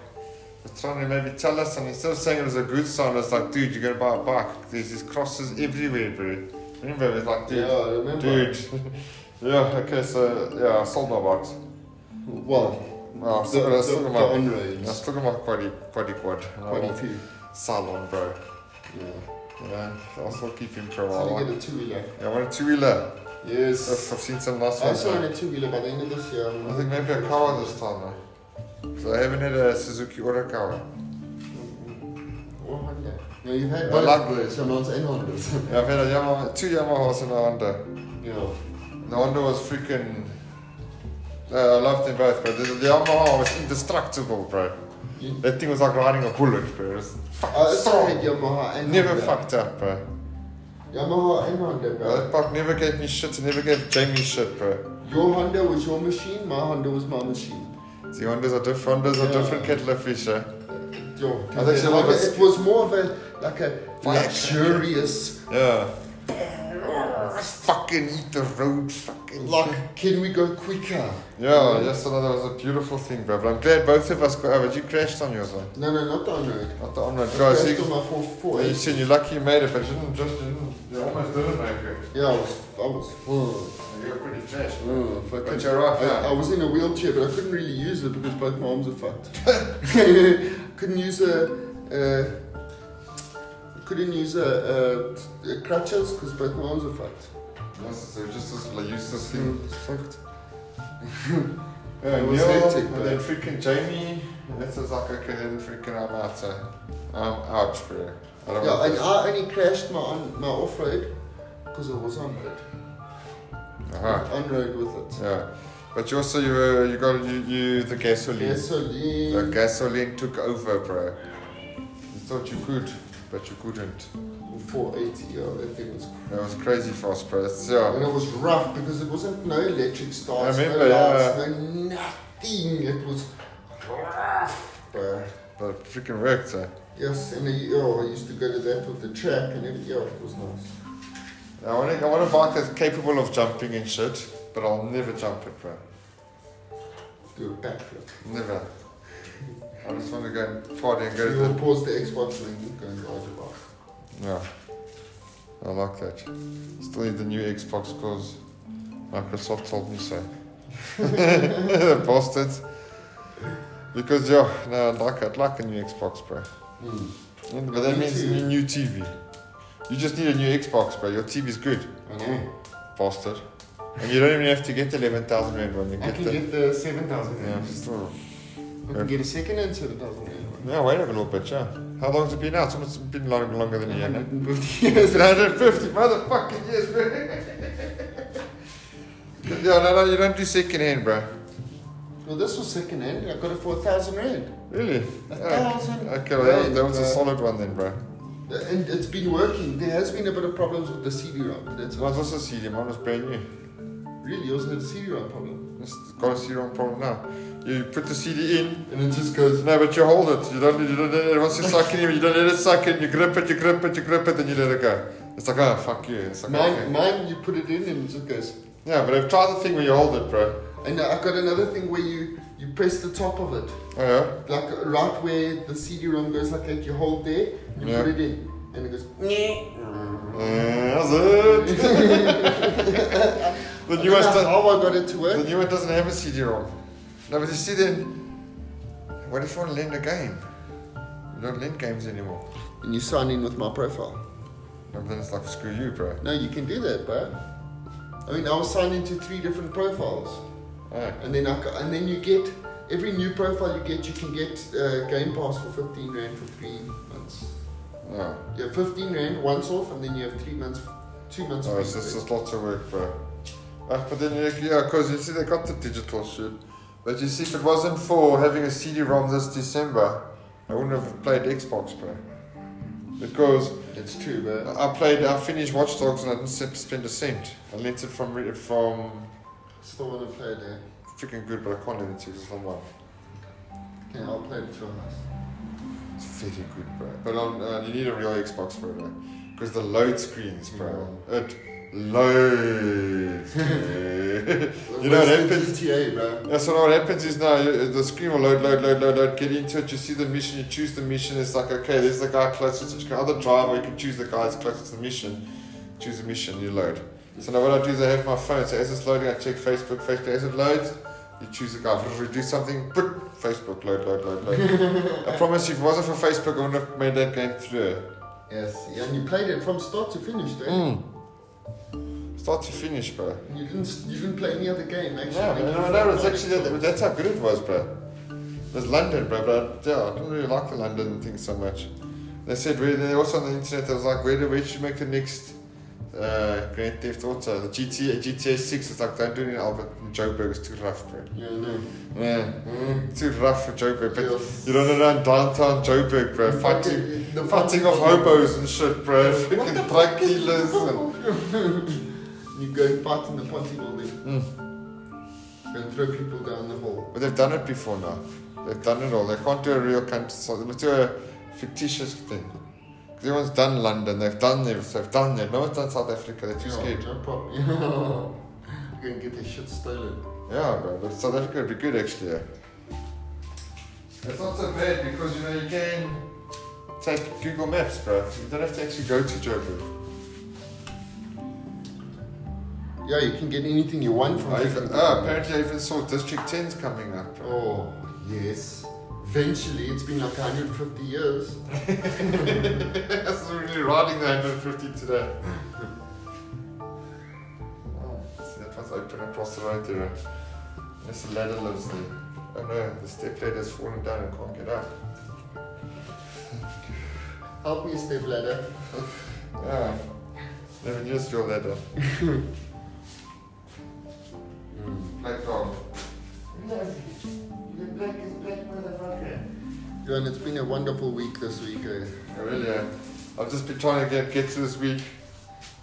B: was trying to maybe tell us, and instead of saying it was a good sign, it was like, dude, you're gonna buy a bike. There's these crosses everywhere, bro. Remember, it was like, dude,
A: Yeah, I remember.
B: dude. yeah, okay, so yeah, I sold my bikes.
A: Well,
B: Well, I
A: the,
B: still got, I
A: the,
B: still
A: the
B: got my,
A: on
B: I
A: roads.
B: still got my quaddy, quaddy quad.
A: Quite a few.
B: Salon, bro.
A: Yeah.
B: Yeah, I'll still keep him for a
A: So
B: while.
A: you get a two wheeler.
B: Yeah, I want a two wheeler.
A: Yes.
B: I've seen some nice
A: I
B: ones.
A: also
B: though.
A: want a two wheeler by the end of this year. I'm
B: I think maybe a car this time though. So I haven't had a Suzuki Auto car.
A: Or Honda. No, you've had
B: I
A: both.
B: like those.
A: So mine's and Honda's.
B: Yeah, I've had a Yamaha, two Yamahas and a Honda.
A: yeah.
B: The Honda was freaking. Uh, I loved them both, but the, the Yamaha was indestructible, bro.
A: You-
B: That thing was like riding a bullet, bro. It was
A: I also
B: strong.
A: had Yamaha and
B: never
A: Honda.
B: fucked up, bro.
A: Yamaha and Honda,
B: Bro,
A: bro.
B: That fuck never gave me shit, it never gave Jamie shit, bro.
A: Your Honda was your machine, my Honda was my machine.
B: See, Hondas are different, Hondas are
A: Yeah.
B: different kettle of fish, eh?
A: Yo,
B: I think so, like a-
A: it was more of a like a
B: Like-
A: luxurious
B: Yeah. fucking eat the road, fucking.
A: like can we go quicker?
B: Yeah, yes, another was a beautiful thing, bro. But I'm glad both of us got over. You crashed on yours, one.
A: No no not down road.
B: Not the on-road.
A: I
B: Guys,
A: crashed on
B: you,
A: my four four
B: you
A: eight.
B: seen, you're lucky you made it, but you didn't just, you, didn't, you almost didn't make it.
A: Yeah, I was I was uh,
B: You got pretty trashed.
A: uh,
B: But
A: fucking
B: you're right
A: I, I
B: now.
A: was in a wheelchair but I couldn't really use it because both my arms are fucked. couldn't use a uh, couldn't use a, uh uh crutches because both my arms are fucked.
B: Yes, so just this like, useless thing.
A: Mm, fucked.
B: Yeah,
A: It
B: it
A: was
B: was
A: hectic,
B: And
A: bro.
B: then freaking Jamie, and this is like, okay, then freaking I'm out. eh? I'm out, bro. I don't
A: Yeah,
B: want
A: and
B: this.
A: I only crashed my on, my off road because I was on road.
B: Uh-huh.
A: On road with it.
B: Yeah. But you also, you, uh, you got, you, you, the gasoline.
A: Gasoline.
B: The gasoline took over, bro. You thought you could, but you couldn't.
A: 480, yeah, that thing was.
B: That was crazy fast, bro. That's, yeah.
A: And it was rough because it wasn't no electric starts,
B: I remember,
A: no lights,
B: yeah.
A: no nothing. It was rough, bro.
B: But it freaking worked, eh?
A: Yes, and the, oh, I used to go to that with the track and everything. Yeah, it was nice.
B: I want to, I want a bike that's capable of jumping and shit, but I'll never jump it, bro.
A: Do a backflip.
B: Never. I just want to go and party and go to
A: You
B: the
A: will pause the Xbox and then go and ride your bike.
B: Yeah. I like that. Still need the new Xbox because Microsoft told me so. Bastards. Because yeah, no, I'd like I'd like a new Xbox, bro.
A: Hmm.
B: And- But that
A: Me
B: means
A: too.
B: a new TV. You just need a new Xbox, bro. Your TV's good,
A: I know.
B: bastard. And you don't even have to get the 11,000 rand one. You
A: I
B: get
A: can
B: the.
A: get the 7,000.
B: yeah, just, oh.
A: I can get a second and 7,000.
B: yeah, wait a little bit, yeah. How long's it been out? It's almost been long, longer than a year now.
A: 150
B: It's 150 motherfucking years, bro. Yo, no, no, you don't do second hand, bro.
A: Well, this was second hand. I got it for a thousand rand,
B: Really?
A: a
B: Okay,
A: thousand.
B: okay well, that, was, that was a
A: rand,
B: solid one then, bro.
A: bro. Uh, And it's been working. There has been a bit of problems with the CD-ROM. That's
B: It was also CD, mine was brand new.
A: really yours had a CD-ROM problem,
B: It's got a CD on problem now. You put the CD in,
A: and it just goes.
B: no, but you hold it. You don't, you don't, you once you suck in, you don't let it suck in, you grip it, you grip it, you grip it, and you let it go. It's like, oh, fuck you. It's like, okay.
A: Mine, mine, you put it in and it just goes.
B: Yeah, but I've tried the thing where you hold it, bro.
A: And I got another thing where you you press the top of it,
B: Oh, yeah?
A: like right where the CD-ROM goes like that. You hold there, you
B: Yeah.
A: put it in, and it goes.
B: Yeah, That's it. the
A: I
B: new
A: don't
B: one's
A: know
B: done.
A: how I got it to
B: The
A: work.
B: new one doesn't have a CD-ROM. No, but you see then, what if you want to lend a game? You don't lend games anymore.
A: And you sign in with my profile.
B: No, but then it's like, screw you, bro.
A: No, you can do that, bro. I mean, I was signed into three different profiles.
B: Aye.
A: And then I, ca- and then you get every new profile you get, you can get uh, Game Pass for 15 rand for three months.
B: No.
A: Yeah, 15 rand once off, and then you have three months, two months.
B: Oh,
A: free.
B: it's just, just lots of work, bro. Ah, but then, you- yeah, because you see they got the digital shit. But you see, if it wasn't for having a CD-ROM this December, I wouldn't have played Xbox, bro. Because
A: it's true, bro.
B: I played, I finished Watch Dogs and I didn't sep- spend a cent. I lent it from re- from
A: Still want to play it. eh?
B: freaking good, but I can't lend it to you 'cause it's online.
A: Okay, I'll play it at your house.
B: It's very good, bro. But on, uh, you need a real Xbox for it, because the load screens, bro. It loads. you know
A: Where's
B: what
A: the
B: happens?
A: GTA, bro.
B: Yeah, so now what happens is now you- the screen will load, load, load, load, load. Get into it. You see the mission. You choose the mission. It's like okay, there's the guy closest. You can either drive or you can choose the guy that's closest to the mission. Choose the mission. You load. So now what I do is I have my phone. So as it's loading, I check Facebook. Facebook as it loads, you choose the guy. If we do something, put Facebook load, load, load, load. I promise you, if it wasn't for Facebook, I wouldn't have made that game through.
A: Yes, and you played it from start to finish, don't you?
B: Mm. Start to finish, bro.
A: eh? You didn't, s- you didn't play any other game, actually.
B: Yeah,
A: Like,
B: but
A: you
B: no,
A: were
B: no, it's
A: like-
B: actually that, that's how good it was, bro. It was London, bro, but yeah, I didn't really like the London thing so much. They said really, they also on the internet, they was like, where do we should make the next uh, Grand Theft Auto, the GTA, GTA 6. It's like, don't do it in Albert and Joburg, it's too rough, bro.
A: Yeah, no.
B: Yeah,
A: Mm.
B: too rough for Joburg, but
A: Yes.
B: you run around downtown Joburg, bro, fighting,
A: Fucking-
B: the fighting of hobos and shit, bro,
A: What
B: freaking
A: the
B: drug
A: fuck is-
B: dealers and...
A: you go fighting the Ponty building
B: Mm.
A: and throw people down the hall.
B: But they've done it before now. They've done it all. They can't do a real country. So they must do a fictitious thing. 'Cause Everyone's done London. They've done this. They've done that. No one's done South Africa. They're too
A: Yeah,
B: scared.
A: No problem. You're gonna get their shit stolen.
B: Yeah, bro. But South Africa would be good actually. Yeah. It's not so bad because you know you can take Google Maps, bro. You don't have to actually go to Joburg.
A: Yeah, you can get anything you want from
B: I even,
A: Africa.
B: oh, apparently I even saw District 10's coming up, bro.
A: Oh, yes. Eventually, it's been like 150 years.
B: That's really riding the 150 today. oh, see, that one's open across the road there. There's a ladder lives there. Oh no, the step ladder's fallen down and can't get up.
A: Help me, stepladder.
B: Yeah. Never used your ladder.
A: Hmm.
B: Black dog.
C: The black is black motherfucker.
A: Yeah, and it's been a wonderful week this week. Eh?
B: I really am. I've just been trying to get, get to this week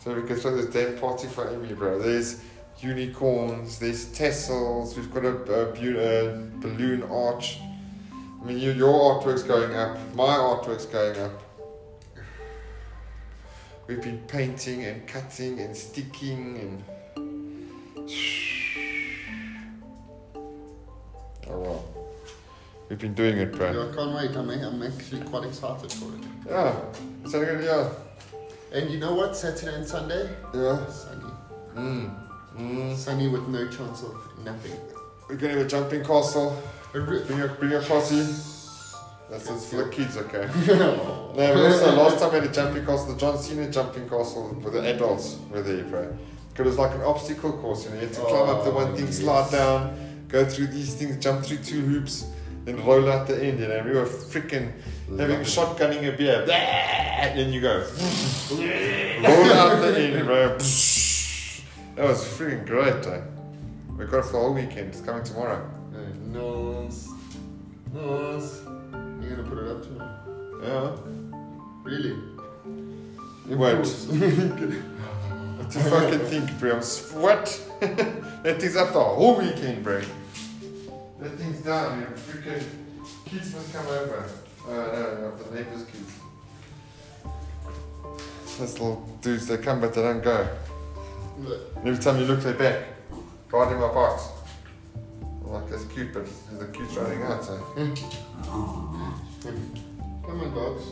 B: so we can throw this damn party for Amy, bro. There's unicorns, there's tassels, we've got a, a, bu- a balloon arch. I mean, you, your artwork's going up, my artwork's going up. We've been painting and cutting and sticking and. Oh well. We've been doing it, bro.
A: Yeah, I can't wait. I'm, I'm actually quite excited for it.
B: Yeah. So we're gonna- yeah.
A: And you know what? Saturday and Sunday,
B: Yeah.
A: sunny.
B: Mm. Mm.
A: Sunny with no chance of nothing.
B: We're gonna have a jumping castle.
A: A re-
B: Bring your bring your posse. That's it's for the kids, okay.
A: no.
B: No, but also last time we had a jumping castle, the John Cena jumping castle with the adults were there, bro. 'Cause It was like an obstacle course, you know, you had to climb up the one
A: Oh,
B: thing,
A: yes.
B: slide down, go through these things, jump through two hoops, then roll out the end, you know. We were freaking having shotgunning a beer. And then you go. roll out the end, bro. That was freaking great, eh? We got it for the whole weekend. It's coming tomorrow.
A: Nose. Nose. You're gonna put it up to me?
B: Yeah.
A: Really?
B: It won't. What the fucking think, bro? I'm s- What? that thing's up the whole weekend, bro. That thing's done. You freaking kids must come over. Uh, no, no, the neighbors' kids. Those little dudes, they come but they don't go.
A: Look,
B: And every time you look, they're back, guarding my box. I'm like, that's cute, but the cute's running out, eh? so.
A: Come on, dogs.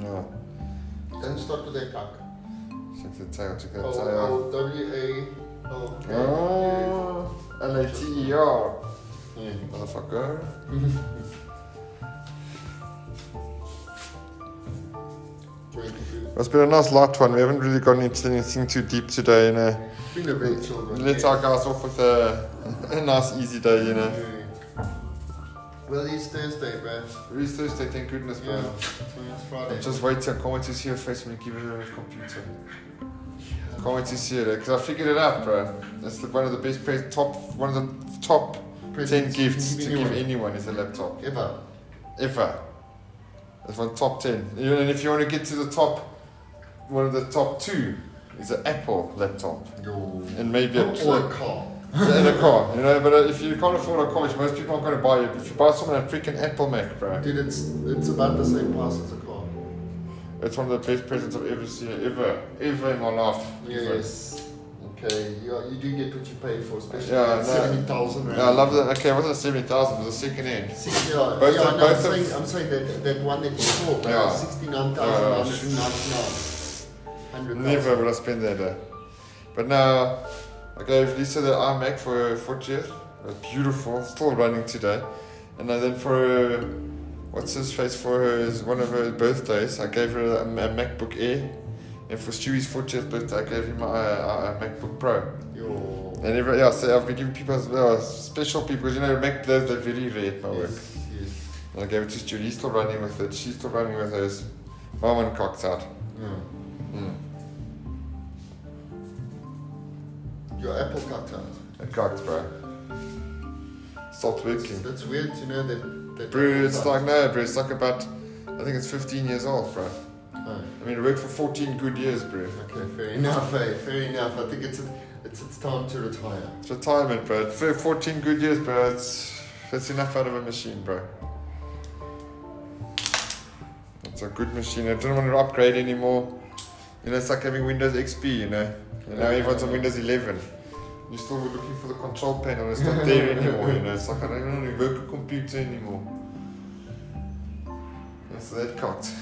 B: Yeah.
A: Don't start with that cock.
B: Check the tail, check the
A: O
B: tail.
A: L W A L K.
B: Oh, L-A-T-E-R.
A: Yeah.
B: Motherfucker.
A: Drink it.
B: It's been a nice light one. We haven't really gone into anything too deep today, you know.
A: Been a bit children.
B: Let our guys off with a, a nice, easy day, you know.
A: Yeah. Well, it's Thursday, bruh.
B: It's Thursday, thank goodness, bro.
A: Yeah. Tomorrow's Friday.
B: I'm just waiting. I can't wait to see your face when you give it on the computer. Can't wait to see it because eh? I figured it out, bro. That's the, one of the best, pre- top, one of the top ten
A: Presents.
B: gifts to give
A: Anyone.
B: anyone is a laptop.
A: Ever.
B: ever. That's my top ten. You know, And if you want to get to the top, one of the top two is an Apple laptop
A: Yo.
B: and maybe a,
A: Or a car.
B: and a car. You know, but uh, if you can't afford a car, which most people aren't going to buy it, if you buy someone a freaking Apple Mac, bro,
A: Dude, it's, it's about the same price as a car.
B: it's one of the best presents I've ever seen ever, ever in my life. Ever.
A: Yes. Okay, you, are- you do get what you pay for, especially
B: Yeah,
A: yeah,
B: no.
A: 70,000 rand.
B: Yeah, I love that. Okay, it wasn't seventy thousand. It was a second hand.
A: Six, yeah,
B: Both
A: yeah,
B: of-
A: no,
B: both
A: I'm,
B: of-
A: saying, I'm saying that, that one that you saw,
B: Yeah.
A: yeah. 69,999.
B: Uh, Never would I spend that. uh, But now I gave Lisa the iMac for her 40th. It was beautiful, still running today. And uh, then for her, what's his face for her is one of her birthdays. I gave her a, a MacBook Air. And for Stewie's 40th birthday, I gave him my uh, uh, MacBook Pro.
A: Yo.
B: And every, yeah, so I've been giving people uh, special people, 'cause you know, Mac those are very rare at my work.
A: Yes, yes.
B: And I gave it to Stewie. He's still running with it. She's still running with hers. My one cocks out.
A: Yeah.
B: Mm.
A: Your apple cut out.
B: It cocks, bro. Stopped working.
A: That's weird to know that. that
B: Bro, it's like no, bro. It's like about, I think it's 15 years old, bro.
A: Oh,
B: I mean, it worked for 14 good years, bro.
A: okay, fair enough, eh? Fair enough. I think it's it's it's time to retire.
B: It's retirement, bro. For 14 good years, bro. It's that's enough out of a machine, bro. It's a good machine. I don't want to upgrade anymore. You know, it's like having Windows XP. You know, you know, everyone's on Windows 11. You're still looking for the control panel. It's not there anymore. You know, it's like I don't want to work a computer anymore. Yeah, so that cocked.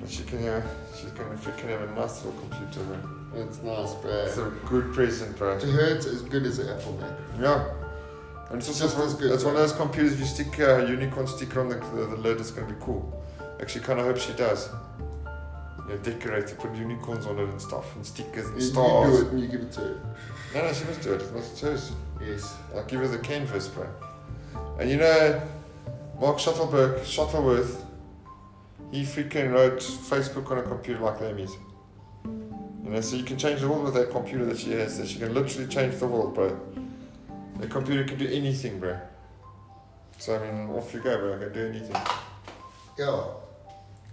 B: But she can, uh, she can freaking have a nice little computer, bro.
A: It's nice,
B: It's
A: bro.
B: a good present, bro.
A: To her, it's as good as an apple Mac.
B: Yeah. And it's also
A: Just as good,
B: That's one of
A: right?
B: those computers. If you stick a unicorn sticker on the, the, the lid, it's going to be cool. Actually, kind of hope she does. You know, decorate it, put unicorns on it and stuff, and stickers and
A: You, you
B: stars.
A: do it and you give it to her.
B: No, no, she must do it. It's must- it's hers.
A: Yes.
B: I'll give her the canvas, bro. And you know, Mark Shuttleberg, Shuttleworth, he freaking wrote Facebook on a computer like Lemmy's. You know, so you can change the world with that computer that she has. That she can literally change the world, bro. The computer can do anything, bro. So I mean, off you go, bro. I can do anything.
A: Yeah.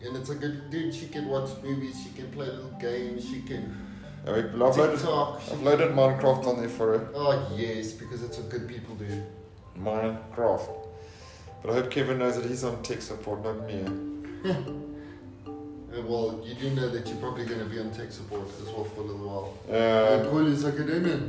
A: And it's a good dude. She can watch movies. She can play little games. She can
B: I mean, I've loaded,
A: TikTok. She
B: I've loaded Minecraft on there for her.
A: Oh yes, because that's what good people do.
B: Minecraft. But I hope Kevin knows that he's on tech support, not me. eh?
A: Uh, well, you do know that you're probably going to be on tech support as well for a little while.
B: Uh,
A: Uh, cool, it's like a demon.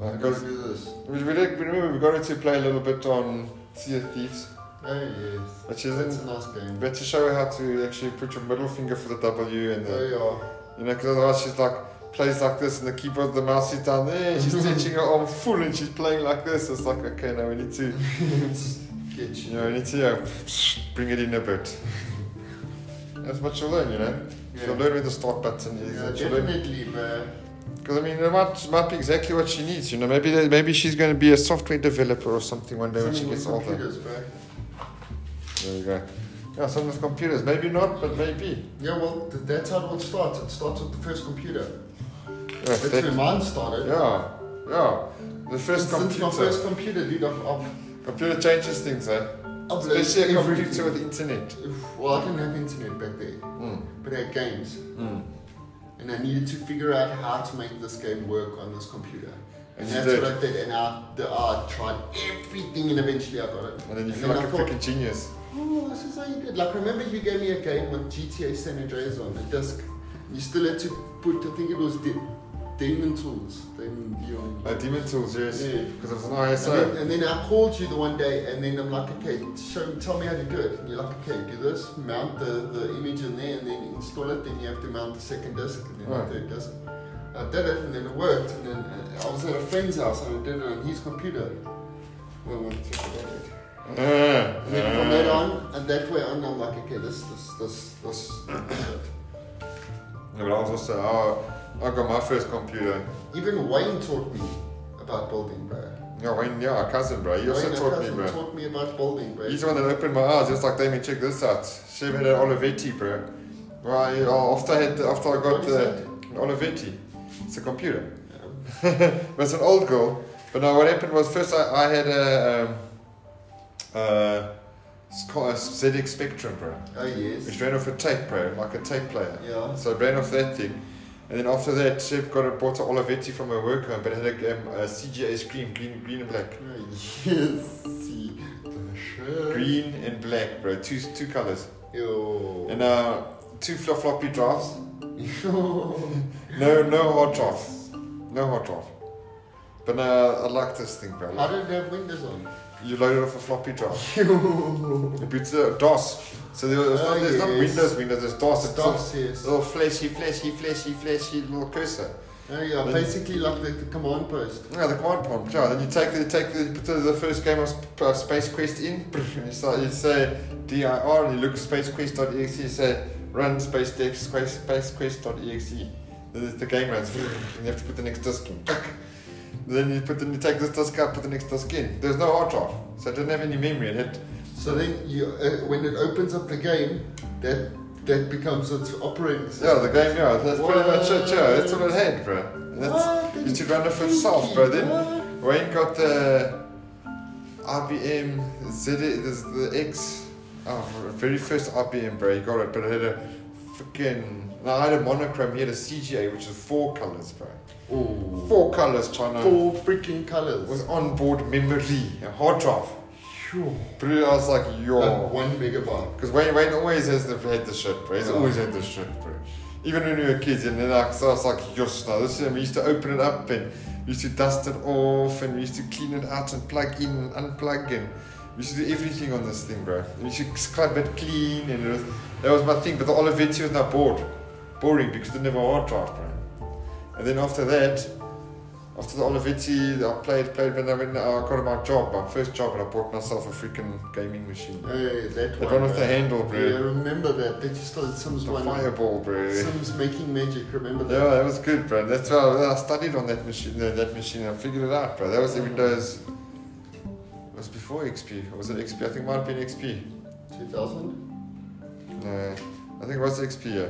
A: I'm going to
B: because
A: do this.
B: We, we, did, we remember we got her to play a little bit on Sea of Thieves,
A: Oh yes,
B: but she
A: that's
B: isn't.
A: a nice game.
B: But to show her how to actually put your middle finger for the W and
A: There
B: the,
A: you are.
B: you know, because otherwise she's like plays like this and the keyboard, the mouse is down there. And she's teaching her arm full and she's playing like this. It's like okay, now we need to,
A: Get
B: you
A: you.
B: know, we need to uh, bring it in a bit. That's what she'll learn, you know.
A: Yeah.
B: She'll learn where the start button is.
A: Yeah,
B: and she'll learn
A: definitely, bro.
B: Because I mean, it might, might be exactly what she needs. You know, maybe that- maybe she's going to be a software developer or something one day when she
A: Something
B: gets
A: with
B: older.
A: computers, bro.
B: There you go. Yeah, some with computers. Maybe not, but maybe.
A: Yeah, well, th- that's how it all starts. It starts with the first computer.
B: Yeah,
A: That's
B: that-
A: where mine started.
B: yeah, yeah. The first
A: Since
B: computer.
A: my first computer, dude, I've, I've,
B: Computer changes things, eh?
A: I've learned
B: Especially a
A: everything.
B: computer with internet.
A: Well, I didn't have internet back then,
B: Mm.
A: but I had games.
B: Mm.
A: and I needed to figure out how to make this game work on this computer. And
B: And you
A: that's
B: did.
A: what I did, and I, the, I tried everything, and eventually I got it.
B: And then you
A: And
B: feel
A: then
B: like
A: I
B: a
A: thought-
B: freaking genius.
A: Oh, this is how you did. Like, remember you gave me a game with GTA San Andreas on a disc. You still had to put, I think it was De- Demon Tools. Demon, Demon.
B: Like Demon Tools, yes.
A: Yeah.
B: Because it was an
A: And, then,
B: ISO.
A: and then I called you the one day, and then I'm like, okay, show, tell me how to do it. And you're like, okay, do this, mount the, the image in there, and then install it. Then you have to mount the second disc, and then
B: Right.
A: the third disc. I did it, and then it worked. And then uh, I was at a friend's house, and I did it on his computer. Well, we'll check it out.
B: Uh,
A: And then from that
B: uh.
A: on, and that way on, I'm like, okay, this, this, this, this. is it.
B: Yeah, but I was also, oh, I got my first computer.
A: Even Wayne taught me about building, bro.
B: Yeah, Wayne, yeah, our cousin, bro. He also
A: Wayne
B: taught me,
A: Akasan
B: bro.
A: taught me about building, bro.
B: He's the one that opened my eyes. Just like, Damien, check this out. Chevy had an Olivetti, bro. Right, oh, after I had, after I
A: What
B: got
A: is
B: the an Olivetti, it's a computer. but it's an old girl. But now what happened was first I, I had a, um, uh, it's called a ZX Spectrum, bro,
A: Oh yes.
B: which ran off a tape, bro, like a tape player.
A: Yeah.
B: So I ran off that thing. And then after that, Chef got a, bought an Olivetti from her work home, but it had a, um, a CGA screen, green, green and black.
A: Yes, see the shirt.
B: Green and black, bro, two, two colors.
A: Yo.
B: And uh, two flop floppy drives. No, no hard drive. No hard drive. But uh, I like this thing, bro.
A: I don't have windows on.
B: you load it off a floppy drive.
A: Yo.
B: It puts a DOS. So there was
A: Oh,
B: no, there's not
A: yes. Oh,
B: Windows, Windows, there's DOS. It's a
A: Stop, yes.
B: little flashy, flashy, flashy, flashy little cursor.
A: Oh, yeah,
B: Then-
A: basically like the, the command post.
B: Yeah, the command prompt. Yeah, then you take the you take the, you put the, the first game of sp- uh, Space Quest in. You say, you say dir and you look spacequest.exe. You say run space dex space spacequest.exe. Then it's the game runs. And you have to put the next disk in. Then you put the, you take this disk out, put the next disk in. There's no hard drive, so it didn't have any memory in it.
A: So then you, uh, when it opens up the game, that that becomes its operating
B: Yeah,
A: system.
B: the game. Yeah, that's pretty much it. Yeah, that's all it had, bro. And That's
A: What?
B: you should run it for itself, bro. Then. Wayne got the eh, IBM Z, this the X, oh, very first IBM, bro. You got it, but it had a freaking. No, I had a monochrome. He had a CGA, which is four colors, bro.
A: Ooh.
B: Four colors, China.
A: Four freaking
B: It was
A: colors.
B: onboard memory, a hard drive. But I was like,
A: Like
B: yo.
A: one megabyte.
B: Because Wayne, Wayne always has the, had the shit, bro. He's
A: Yeah.
B: always had the shit, bro. Even when we were kids, and then like, so I was like, yes, now this is We used to open it up and we used to dust it off and we used to clean it out and plug in and unplug and we used to do everything on this thing, bro. We used to scrub it clean and it was, that was my thing. But the Olivetti was now bored, boring because they never hard drive, bro. And then after that, after the Olivetti, I played, played, when I, went, I got my job, my first job, and I bought myself a freaking gaming machine.
A: Hey, that
B: That
A: one.
B: one with the
A: bro.
B: handle, bro.
A: Yeah, remember that. They just started Sims
B: The
A: 1.
B: fireball, bro.
A: Sims making magic, remember
B: Yeah,
A: that?
B: that was good, bro. That's why I studied on that machine. That, that machine, I figured it out, bro. That was in Windows. It was before XP. Or was it XP? I think it might have been XP.
A: 2000?
B: No, I think it was XP. Yeah.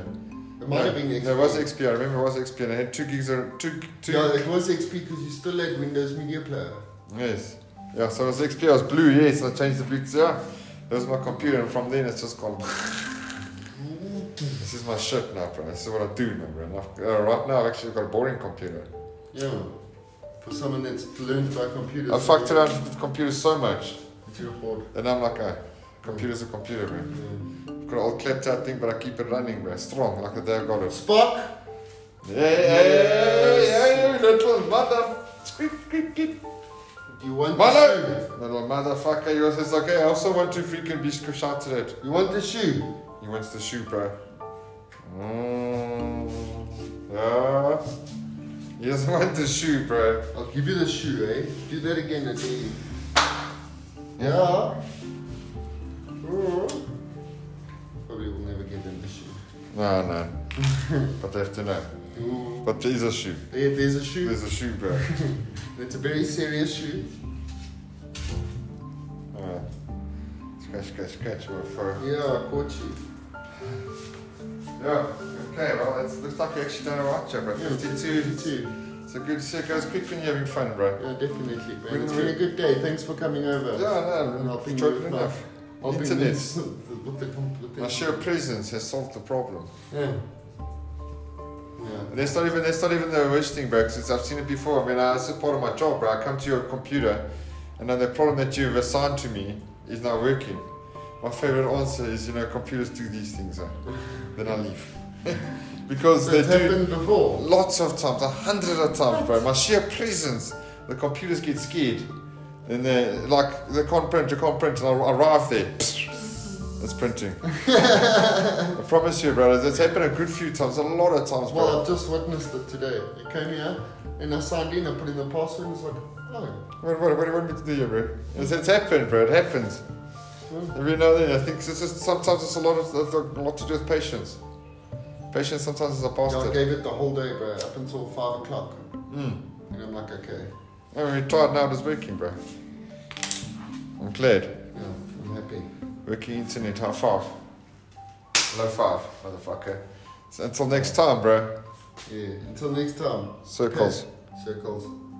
A: It might
B: no,
A: have been XP.
B: No, it was XP. I remember it was XP, and I had two gigs or two. two
A: Yeah, it was XP because you still had Windows Media Player.
B: Yes. Yeah. So it was XP. I was blue. Yes, I changed the blue. Yeah. That was my computer, and from then it's just gone. this is my shit now, bro. This is what I do now, bro. And I've- uh, right now, I've actually got a boring computer.
A: Yeah. For someone that's learned about computers.
B: I fucked around with computers so much.
A: It's your fault.
B: And I'm like, a computer's a computer, man.
A: Yeah.
B: I've got an old clapped out thing, but I keep it running, man. Strong, like the day I got it.
A: Spock!
B: Hey, hey, hey, hey, little mother.
A: You want the
B: Mother!
A: shoe?
B: Little motherfucker, he was just like, hey, I also want to freaking be sc- shouted at.
A: You want the shoe?
B: He wants the shoe, bro. Mm, yeah. He doesn't want the shoe, bro.
A: I'll give you the shoe, eh? Do that again, I dare you. Yeah. Mm. Probably will never give them the shoe.
B: No, no. but they have to know.
A: Ooh.
B: But there's a shoe.
A: There, there's a shoe.
B: There's a shoe, bro.
A: It's a very serious shoe.
B: Alright. Scratch, scratch, scratch, we're for.
A: Yeah, I caught you.
B: Yeah, okay, well, it looks like you actually done alright, Joe, bro.
A: Yeah,
B: 52.
A: 52.
B: It's a good sick, guys. Quick when you're having fun, bro.
A: Yeah, definitely, man.
B: When
A: It's
B: we-
A: been a good day. Thanks for coming over.
B: Yeah, no,
A: Helping
B: I'm
A: you
B: joking
A: with
B: enough.
A: Helping me
B: Internet.
A: with- with the com- with the-
B: My sheer presence has solved the problem.
A: Yeah. Yeah.
B: And that's not even that's not even the worst thing, bro, because I've seen it before. I mean, I, this is part of my job, bro. I come to your computer, and now the problem that you've assigned to me is not working. My favorite answer is, you know, computers do these things, eh? then I leave. because they
A: It's
B: do.
A: happened before.
B: Lots of times, a hundred of times, bro. My sheer presence, the computers get scared, and they like they can't print, they can't print, and I arrive there. It's printing. I promise you, bro. It's happened a good few times, a lot of times,
A: Well,
B: bro.
A: I've just witnessed it today. I came here and I signed in, I put in the password, and it's like, oh,
B: What, what, what do you want me to do here, bro? It's, it's happened, bro. It happens. Every now and then, I think it's just sometimes it's a lot of it's a lot to do with patience. Patience sometimes is a
A: Yeah, I
B: bastard.
A: gave it the whole day, bro, up until 5 o'clock.
B: Mm.
A: And I'm like, okay,
B: I mean, we're tired now. It's working, bro. I'm glad.
A: yeah, I'm happy.
B: Working internet, high five. Low five, motherfucker. So until next time, bro.
A: Yeah, until next time,
B: Circles.
A: circles.